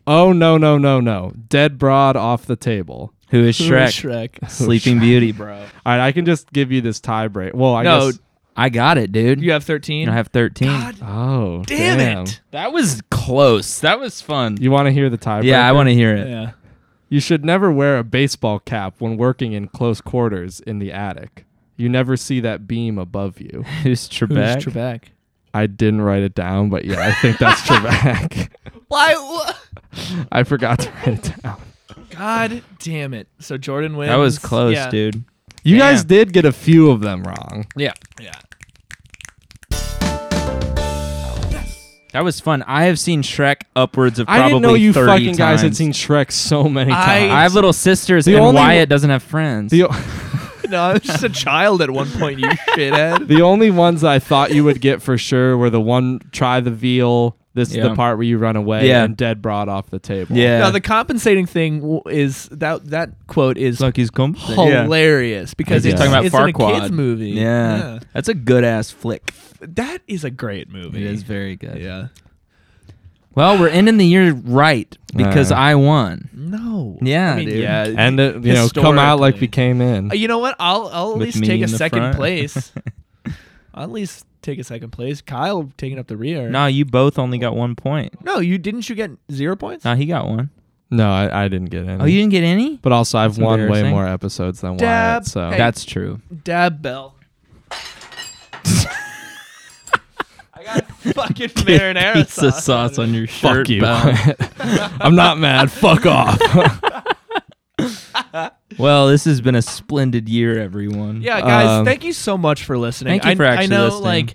Speaker 3: Oh no no no no! Dead broad off the table.
Speaker 2: Who is
Speaker 1: Who
Speaker 2: Shrek?
Speaker 1: is Shrek?
Speaker 2: Sleeping Beauty, bro.
Speaker 3: All right, I can just give you this tie break. Well, I
Speaker 1: No.
Speaker 3: guess.
Speaker 2: I got it, dude.
Speaker 1: You have 13?
Speaker 2: I have 13.
Speaker 3: Oh
Speaker 1: Damn, it.
Speaker 2: That was close. That was fun.
Speaker 3: You want to hear the tie break?
Speaker 2: yeah, I want to hear it.
Speaker 1: Yeah.
Speaker 3: You should never wear a baseball cap when working in close quarters in the attic. You never see that beam above you.
Speaker 2: Who's
Speaker 1: Who
Speaker 2: Trebek?
Speaker 1: is Trebek?
Speaker 3: I didn't write it down, but yeah, I think that's Trebek.
Speaker 1: Why?
Speaker 3: I forgot to write it down.
Speaker 1: God damn it. So Jordan wins.
Speaker 2: That was close,
Speaker 1: Yeah.
Speaker 2: dude.
Speaker 3: You guys
Speaker 2: Damn.
Speaker 3: did get a few of them wrong.
Speaker 1: Yeah. Yeah.
Speaker 2: That was fun. I have seen Shrek upwards of probably
Speaker 3: I didn't know you
Speaker 2: 30
Speaker 3: fucking guys had
Speaker 2: times.
Speaker 3: seen Shrek so many
Speaker 1: I-
Speaker 3: times.
Speaker 2: I have little sisters,
Speaker 3: The
Speaker 2: and
Speaker 3: only-
Speaker 2: Wyatt doesn't have friends.
Speaker 3: the,
Speaker 1: No, I was just a child at one point. You shithead.
Speaker 3: the only ones I thought you would get for sure were the one try the veal. This is
Speaker 2: Yeah.
Speaker 3: the part where you run away
Speaker 2: Yeah.
Speaker 3: and dead brought off the table.
Speaker 2: yeah.
Speaker 1: No, the compensating thing w- is that that quote is
Speaker 2: Lucky's comp.
Speaker 1: hilarious because
Speaker 3: He's
Speaker 1: it's,
Speaker 3: talking
Speaker 2: about
Speaker 1: it's in a
Speaker 2: Farquaad.
Speaker 1: kids movie.
Speaker 2: Yeah. That's a good ass flick.
Speaker 1: Yeah. that is a great movie.
Speaker 2: very good.
Speaker 1: Yeah.
Speaker 2: Well, we're ending the year right because
Speaker 3: Yeah.
Speaker 2: I won.
Speaker 1: No.
Speaker 2: Yeah,
Speaker 1: I mean,
Speaker 2: dude.
Speaker 1: yeah.
Speaker 3: And it, you know, come out like we
Speaker 1: Historically.
Speaker 3: came in.
Speaker 1: Uh, you know what? I'll I'll at
Speaker 2: With
Speaker 1: least
Speaker 2: me
Speaker 1: take a
Speaker 2: in the
Speaker 1: second
Speaker 2: front.
Speaker 1: place. I'll at least take a second place. Kyle taking up the rear.
Speaker 2: No, you both only got one point.
Speaker 1: No, you didn't. You get zero points.
Speaker 2: No, he got one.
Speaker 3: No, I, I didn't get any.
Speaker 2: Oh, you didn't get any?
Speaker 3: but also, I've
Speaker 2: That's
Speaker 3: won way
Speaker 2: embarrassing.
Speaker 3: more episodes than
Speaker 1: Dab.
Speaker 3: Wyatt. So
Speaker 1: Hey.
Speaker 2: That's true.
Speaker 1: Dab bell. I got fucking marinara
Speaker 2: Pizza
Speaker 1: sauce.
Speaker 2: sauce on your shirt.
Speaker 3: fuck you.
Speaker 2: pal.
Speaker 3: I'm not mad. Fuck off.
Speaker 2: well, this has been a splendid year, everyone.
Speaker 1: Yeah, guys,
Speaker 3: Um,
Speaker 1: thank you so much for listening.
Speaker 2: Thank you
Speaker 1: I,
Speaker 2: for
Speaker 1: I
Speaker 2: actually
Speaker 1: know,
Speaker 2: listening.
Speaker 1: like,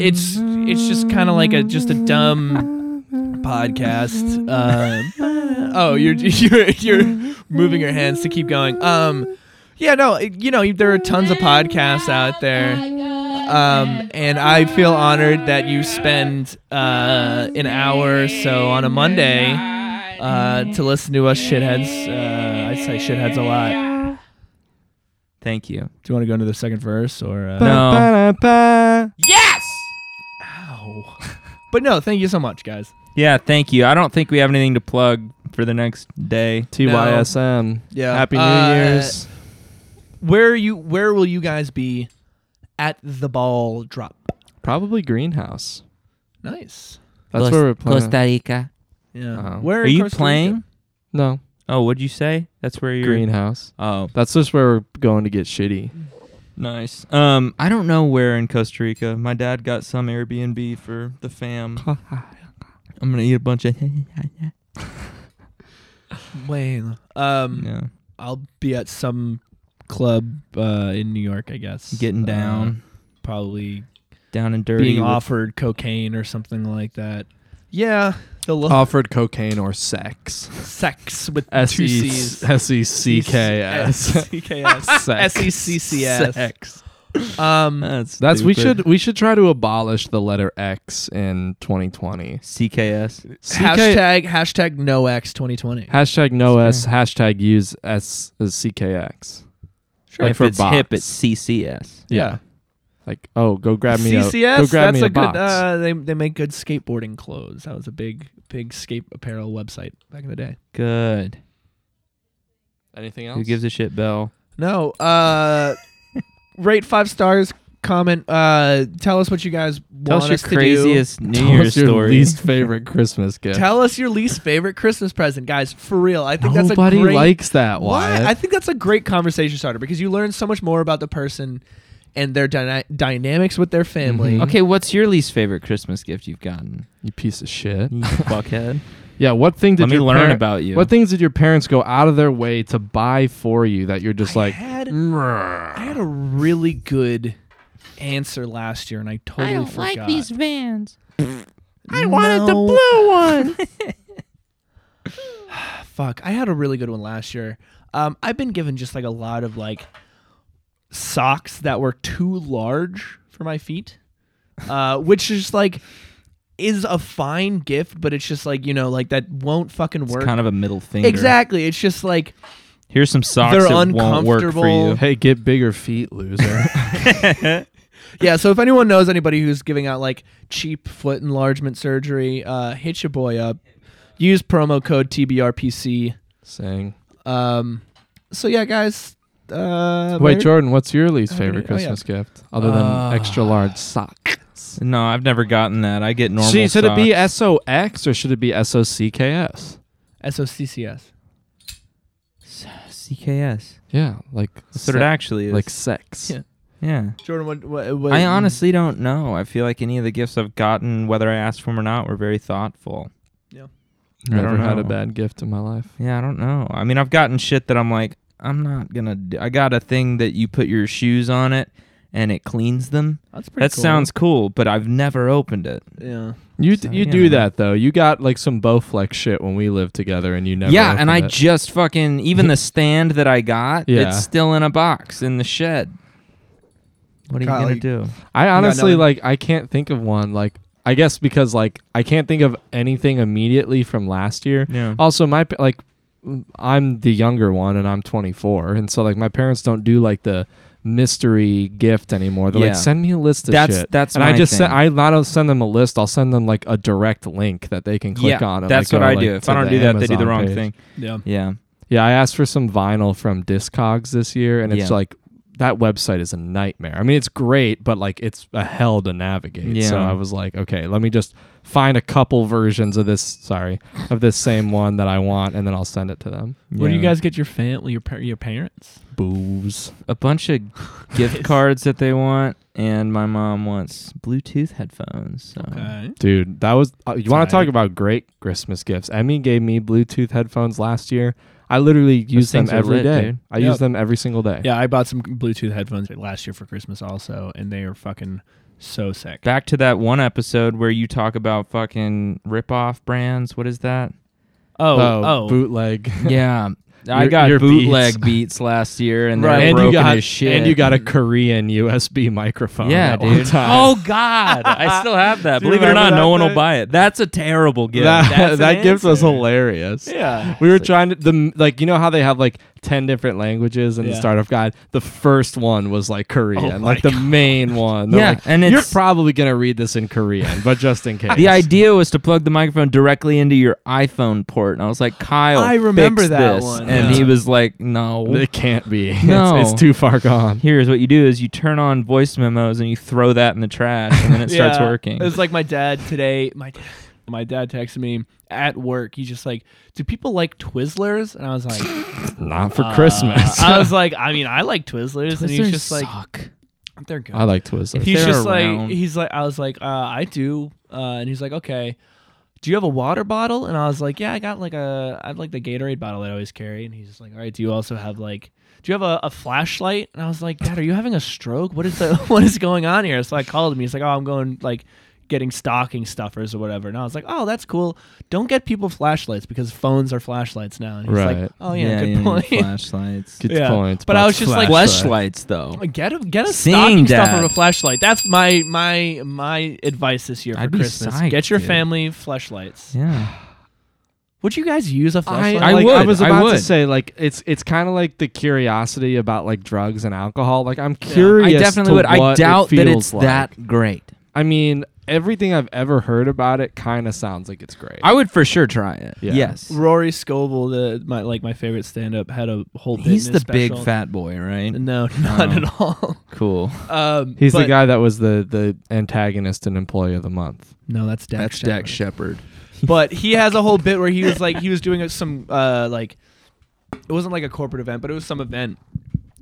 Speaker 1: it's it's just kind of like a just a
Speaker 2: um,
Speaker 1: dumb podcast. Um, oh, you're you're you're moving your hands to keep going. Um, yeah, no, you know, there are tons of podcasts out there. Um, and I feel honored that you spend uh, an hour or so on a Monday uh, to listen to us shitheads. Uh, I say shitheads a lot.
Speaker 2: Thank you.
Speaker 1: Do you want to go into the second verse or? Uh,
Speaker 2: No.
Speaker 1: Ow. But no, thank you so much, guys.
Speaker 2: Yeah, thank you. I don't think we have anything to plug for the next day.
Speaker 3: TYSM.
Speaker 1: Yeah.
Speaker 3: Happy New
Speaker 1: Uh,
Speaker 3: Year's.
Speaker 1: Where are you? Where will you guys be at the ball drop?
Speaker 3: Probably Greenhouse.
Speaker 1: Nice.
Speaker 3: That's where we're playing.
Speaker 2: Rica.
Speaker 1: Yeah.
Speaker 3: Uh-huh.
Speaker 1: where
Speaker 2: Are
Speaker 1: in
Speaker 2: you
Speaker 1: Costa Rica?
Speaker 2: playing?
Speaker 3: No,
Speaker 2: Oh, what'd you say? That's where you're.
Speaker 3: Greenhouse.
Speaker 2: Oh,
Speaker 3: That's just where we're going to get shitty.
Speaker 2: nice. Um, I don't know where in Costa Rica. My dad got some Airbnb for the fam. I'm gonna eat a bunch of.
Speaker 1: Well, um,
Speaker 2: yeah,
Speaker 1: I'll be at some club uh, in New York, I guess.
Speaker 2: getting
Speaker 1: Uh,
Speaker 2: down,
Speaker 1: probably
Speaker 2: down and dirty.
Speaker 1: being
Speaker 2: with-
Speaker 1: offered cocaine or something like that. Yeah, the lo-
Speaker 3: Offered cocaine or
Speaker 2: Oh.
Speaker 3: sex.
Speaker 1: sex with
Speaker 3: S
Speaker 1: two
Speaker 3: E
Speaker 1: C's.
Speaker 3: S E C K S.
Speaker 1: S-E-C-K-S.
Speaker 2: E
Speaker 1: S-E-C-C-S.
Speaker 2: Sex.
Speaker 1: Um,
Speaker 2: That's
Speaker 3: That's we
Speaker 2: stupid.
Speaker 3: should we should try to abolish the letter X in 2020.
Speaker 2: CKS.
Speaker 3: CK
Speaker 1: hashtag hashtag no X 2020.
Speaker 3: hashtag no S hashtag use S as CKX. Like
Speaker 2: if
Speaker 3: for
Speaker 2: it's hip,
Speaker 3: box.
Speaker 2: it's CCS.
Speaker 3: Yeah. Like oh, go grab me
Speaker 1: CCS.
Speaker 3: a go
Speaker 1: that's
Speaker 3: grab me
Speaker 1: a,
Speaker 3: a,
Speaker 1: good.
Speaker 3: box.
Speaker 1: Uh, they they make good skateboarding clothes. That was a big big skate apparel website back in the day.
Speaker 2: Good.
Speaker 3: Anything
Speaker 2: Who gives a shit, Bell?
Speaker 1: No, uh, rate five stars. Comment. Uh, tell us what you guys
Speaker 2: Tell
Speaker 1: want
Speaker 2: us your
Speaker 1: us to do.
Speaker 2: craziest New
Speaker 3: Tell
Speaker 2: Year's
Speaker 3: us your
Speaker 2: story.
Speaker 3: least favorite Christmas gift.
Speaker 1: Tell us your least favorite Christmas present, guys. For real, I think that's
Speaker 3: Nobody
Speaker 1: a great.
Speaker 3: likes that.
Speaker 1: Why?
Speaker 3: Wyatt.
Speaker 1: I think that's a great conversation starter because you learn so much more about the person and their dyna- dynamics with their family.
Speaker 3: Mhm.
Speaker 2: Okay, what's your least favorite Christmas gift you've gotten?
Speaker 3: you piece of shit.
Speaker 2: You fuckhead.
Speaker 3: Yeah. What thing did
Speaker 2: Let me
Speaker 3: your
Speaker 2: learn
Speaker 3: parent-
Speaker 2: about you.
Speaker 3: What things did your parents go out of their way to buy for you that you're just like?
Speaker 1: I had, I
Speaker 3: "Mrrr."
Speaker 1: had a really good answer last year, and I totally forgot.
Speaker 2: vans.
Speaker 1: I wanted the blue one. Fuck, I had a really good one last year. Um, I've been given just like a lot of like socks that were too large for my feet, uh, which is like is a fine gift, but it's just like you know like that won't fucking
Speaker 2: It's
Speaker 1: work.
Speaker 2: kind of a middle finger.
Speaker 1: exactly, it's just like
Speaker 2: Here's some socks
Speaker 1: They're
Speaker 2: that won't work for
Speaker 1: uncomfortable.
Speaker 2: you.
Speaker 3: Hey, get bigger feet, loser.
Speaker 1: yeah. So if anyone knows anybody who's giving out like cheap foot enlargement surgery, uh, hit your boy up. Use promo code TBRPC.
Speaker 3: Saying.
Speaker 1: Um, so yeah, guys. Uh,
Speaker 3: Wait,
Speaker 1: Larry-
Speaker 3: Jordan, what's your least
Speaker 1: Oh,
Speaker 3: favorite
Speaker 1: did- oh, yeah.
Speaker 3: Christmas gift other than
Speaker 2: Uh,
Speaker 3: extra large socks?
Speaker 2: No, I've never gotten that. I get normal.
Speaker 3: See, should it be
Speaker 2: socks.
Speaker 3: S O X or should it be S O C K S?
Speaker 1: SOCCS.
Speaker 2: CKS?
Speaker 3: Yeah, like
Speaker 2: That's what it
Speaker 3: sex-
Speaker 2: actually is.
Speaker 3: like sex.
Speaker 1: Yeah.
Speaker 2: yeah.
Speaker 1: Jordan, what, what, what?
Speaker 2: I honestly don't know. I feel like any of the gifts I've gotten, whether I asked for them or not, were very thoughtful. I
Speaker 3: Never
Speaker 2: don't
Speaker 3: had a
Speaker 2: know.
Speaker 3: bad gift in my life.
Speaker 2: Yeah, I don't know. I mean, I've gotten shit that I'm like, I'm not gonna. Do. I got a thing that you put your shoes on it, and it cleans them.
Speaker 1: That's pretty
Speaker 2: That
Speaker 1: cool.
Speaker 2: sounds cool, but I've never opened it.
Speaker 1: Yeah.
Speaker 3: You
Speaker 2: So,
Speaker 3: you
Speaker 2: yeah,
Speaker 3: do
Speaker 2: man.
Speaker 3: that though. You got like some Bowflex shit when we lived together, and you never.
Speaker 2: yeah, and
Speaker 3: opened
Speaker 2: I
Speaker 3: it.
Speaker 2: just fucking even the stand that I got,
Speaker 3: Yeah.
Speaker 2: it's still in a box in the shed. What are
Speaker 1: Kyle,
Speaker 2: you
Speaker 1: you-
Speaker 2: gonna do?
Speaker 3: I
Speaker 1: got
Speaker 3: honestly
Speaker 1: nothing?
Speaker 3: like I can't think of one. Like I guess because like I can't think of anything immediately from last year.
Speaker 2: Yeah.
Speaker 3: Also, my pa- like I'm the younger one, and I'm 24, and so like my parents don't do like the mystery gift anymore. They're
Speaker 2: Yeah.
Speaker 3: like, send me a list of
Speaker 2: That's-
Speaker 3: shit.
Speaker 2: that's
Speaker 3: and I
Speaker 2: my
Speaker 3: just
Speaker 2: thing.
Speaker 3: send, I not only send them a list. I'll send them like a direct link that they can click on. And,
Speaker 2: that's
Speaker 3: like,
Speaker 2: what
Speaker 3: go,
Speaker 2: I
Speaker 3: like,
Speaker 2: do. If
Speaker 3: to
Speaker 2: I don't
Speaker 3: the
Speaker 2: do that, they do the
Speaker 3: Amazon
Speaker 2: wrong
Speaker 3: page.
Speaker 2: thing.
Speaker 1: Yeah.
Speaker 2: Yeah,
Speaker 3: Yeah, I asked for some vinyl from Discogs this year, and it's
Speaker 2: Yeah.
Speaker 3: like that website is a nightmare. I mean, it's great, but like it's a hell to navigate. So
Speaker 2: Yeah.
Speaker 3: I was like, okay, let me just find a couple versions of this. Sorry, of this same one that I want, and then I'll send it to them.
Speaker 1: Where do you
Speaker 2: Yeah.
Speaker 1: guys get your family, your par- your parents?
Speaker 3: Booze.
Speaker 2: a bunch of gift cards that they want, and my mom wants Bluetooth headphones. So
Speaker 1: Okay.
Speaker 3: Dude, that was uh, you want to talk
Speaker 1: Tight.
Speaker 3: about great Christmas gifts. Emmy gave me Bluetooth headphones last year. I literally use them
Speaker 2: things are
Speaker 3: every
Speaker 2: lit,
Speaker 3: day.
Speaker 2: dude.
Speaker 3: I
Speaker 1: Yep.
Speaker 3: use them every single day.
Speaker 1: Yeah, I bought some Bluetooth headphones last year for Christmas also, and they are fucking so sick.
Speaker 2: back to that one episode where you talk about fucking rip-off brands. What is that?
Speaker 1: oh,
Speaker 3: Oh,
Speaker 1: oh,
Speaker 3: bootleg.
Speaker 2: Yeah. I
Speaker 3: Your-
Speaker 2: got
Speaker 3: your
Speaker 2: bootleg
Speaker 3: Beats.
Speaker 2: beats. last year, and
Speaker 1: Right.
Speaker 2: they're
Speaker 3: And
Speaker 2: broken
Speaker 3: you got
Speaker 2: as shit.
Speaker 3: and you got a Korean USB microphone.
Speaker 2: yeah,
Speaker 3: at one
Speaker 2: dude.
Speaker 3: time.
Speaker 2: Oh God, I still have that.
Speaker 3: Do you
Speaker 2: Believe it or
Speaker 3: remember
Speaker 2: not, no
Speaker 3: that
Speaker 2: one will
Speaker 3: thing?
Speaker 2: buy it. That's a terrible gift. That's
Speaker 3: that
Speaker 2: an
Speaker 3: that gift was
Speaker 2: answer.
Speaker 3: hilarious.
Speaker 1: yeah.
Speaker 3: We were trying to the like you know how they have like ten different languages in the
Speaker 1: Yeah.
Speaker 3: startup guide. The first one was like Korean,
Speaker 1: my
Speaker 3: like the main one. They're
Speaker 2: Yeah,
Speaker 3: like,
Speaker 2: and
Speaker 3: you're
Speaker 2: it's-
Speaker 3: probably gonna read this in Korean, but just in case.
Speaker 2: The idea was to plug the microphone directly into your iPhone port, and I was like, Kyle,
Speaker 1: I remember
Speaker 2: fix
Speaker 1: that
Speaker 2: this.
Speaker 1: one.
Speaker 2: And
Speaker 1: Yeah.
Speaker 2: he was like, No.
Speaker 3: it can't be. It's-
Speaker 2: No.
Speaker 3: It's, too far gone.
Speaker 2: Here's what you do: is you turn on voice memos and you throw that in the trash, and then it starts
Speaker 1: Yeah.
Speaker 2: working.
Speaker 1: It was like my dad today. My dad, my dad texted me at work. He's just like, "Do people like Twizzlers?" And I was like,
Speaker 3: Not for
Speaker 1: uh,
Speaker 3: Christmas.
Speaker 1: I was like, "I mean, I like Twizzlers." and he's
Speaker 2: Twizzlers
Speaker 1: just like,
Speaker 2: suck.
Speaker 1: "They're good."
Speaker 3: I like Twizzlers.
Speaker 1: he's
Speaker 2: they're
Speaker 1: just like,
Speaker 2: around.
Speaker 1: he's like, I was like, uh, I do, uh, and he's like, okay. Do you have a water bottle? And I was like, yeah, I got like a, I have like the Gatorade bottle that I always carry. And he's just like, all right, do you also have like, do you have a, a flashlight? And I was like, Dad, are you having a stroke? What is the, what is going on here? So I called him. He's like, oh, I'm going like getting stocking stuffers or whatever. And I was like, oh, that's cool. Don't get people flashlights because phones are flashlights now. And he's
Speaker 3: Right.
Speaker 1: like, oh yeah, good point.
Speaker 2: Flashlights.
Speaker 3: Good
Speaker 1: yeah.
Speaker 3: point,
Speaker 1: But I was just like-
Speaker 2: Flashlights, though.
Speaker 1: Like, Get a get a
Speaker 2: Seeing
Speaker 1: stocking stuffer
Speaker 2: that.
Speaker 1: with a flashlight. That's my my my advice this year for
Speaker 2: I'd be
Speaker 1: Christmas.
Speaker 2: psyched,
Speaker 1: get your
Speaker 2: dude.
Speaker 1: family flashlights.
Speaker 2: Yeah.
Speaker 1: Would you guys use a flashlight?
Speaker 2: I
Speaker 3: like,
Speaker 2: would,
Speaker 3: I was
Speaker 2: I
Speaker 3: about to
Speaker 2: would.
Speaker 3: say like it's it's kind of like the curiosity about like drugs and alcohol. Like I'm curious.
Speaker 2: I definitely
Speaker 3: to
Speaker 2: would.
Speaker 3: what
Speaker 2: I
Speaker 3: it
Speaker 2: doubt that
Speaker 3: feels
Speaker 2: it's
Speaker 3: like.
Speaker 2: that great.
Speaker 3: I mean, everything I've ever heard about it kind of sounds like it's great.
Speaker 2: I would for sure try it.
Speaker 3: Yeah.
Speaker 2: Yes.
Speaker 1: Rory Scovel, the my like my favorite stand up, had a whole bit
Speaker 2: He's
Speaker 1: in his
Speaker 2: the big
Speaker 1: special.
Speaker 2: fat boy, right?
Speaker 1: No, not
Speaker 2: Oh.
Speaker 1: at all.
Speaker 2: Cool.
Speaker 1: Um,
Speaker 3: He's the
Speaker 1: but-
Speaker 3: guy that was the the antagonist and employee of the month.
Speaker 1: No, that's Dax.
Speaker 2: That's Dax Shepard.
Speaker 1: but he has a whole bit where he was like he was doing some uh like it wasn't like a corporate event but it was some event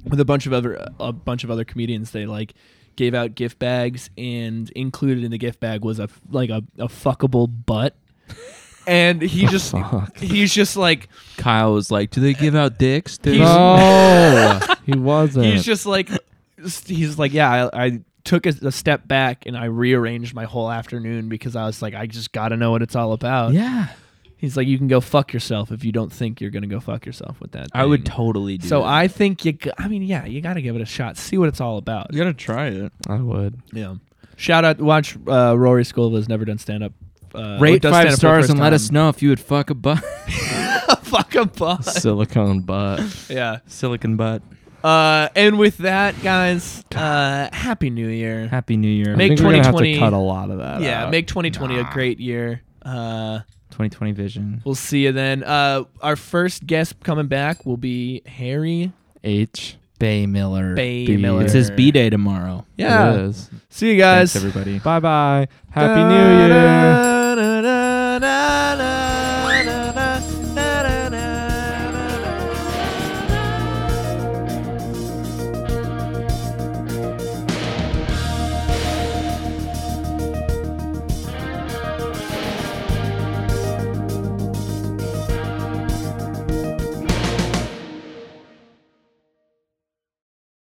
Speaker 1: with a bunch of other a bunch of other comedians they like gave out gift bags and included in the gift bag was a like a, a fuckable butt and he just
Speaker 3: Oh, Fuck.
Speaker 1: he's just like
Speaker 2: Kyle was like, "Do they give out dicks?" too?"
Speaker 1: He's-
Speaker 3: No, he wasn't.
Speaker 1: he's just like he's like yeah i, I took a, a step back and i rearranged my whole afternoon because i was like i just gotta know what it's all about
Speaker 2: yeah,
Speaker 1: he's like you can go fuck yourself if you don't think you're gonna go fuck yourself with that
Speaker 2: I would
Speaker 1: thing."
Speaker 2: totally do.
Speaker 1: So
Speaker 2: that.
Speaker 1: I think you. g- I mean, yeah, you got to give it a shot. See what it's all about.
Speaker 2: you gotta try it.
Speaker 3: I would.
Speaker 1: Yeah. Shout out. Watch uh, Rory Scovel's never done stand up. Uh,
Speaker 2: Rate
Speaker 1: does
Speaker 2: five
Speaker 1: stand-up for the
Speaker 2: stars
Speaker 1: first
Speaker 2: and let
Speaker 1: time.
Speaker 2: us know if you would fuck a butt.
Speaker 1: Fuck a boss.
Speaker 3: Silicone butt.
Speaker 1: yeah.
Speaker 2: Silicon butt.
Speaker 1: Uh, and with that, guys, uh, happy New Year.
Speaker 2: Happy New Year.
Speaker 3: I
Speaker 1: Make
Speaker 3: think we're gonna have to
Speaker 1: 2020
Speaker 3: cut a lot of that.
Speaker 1: yeah,
Speaker 3: out.
Speaker 1: make 2020 a great year. Uh,
Speaker 2: 2020 vision.
Speaker 1: we'll see you then. Uh, our first guest coming back will be Harry
Speaker 3: H.
Speaker 2: Bay Miller.
Speaker 1: Bay
Speaker 3: B.
Speaker 1: Miller.
Speaker 2: It's his B day tomorrow.
Speaker 1: Yeah.
Speaker 3: It is.
Speaker 1: See you guys.
Speaker 2: Thanks, everybody.
Speaker 3: Bye bye. Happy New Year.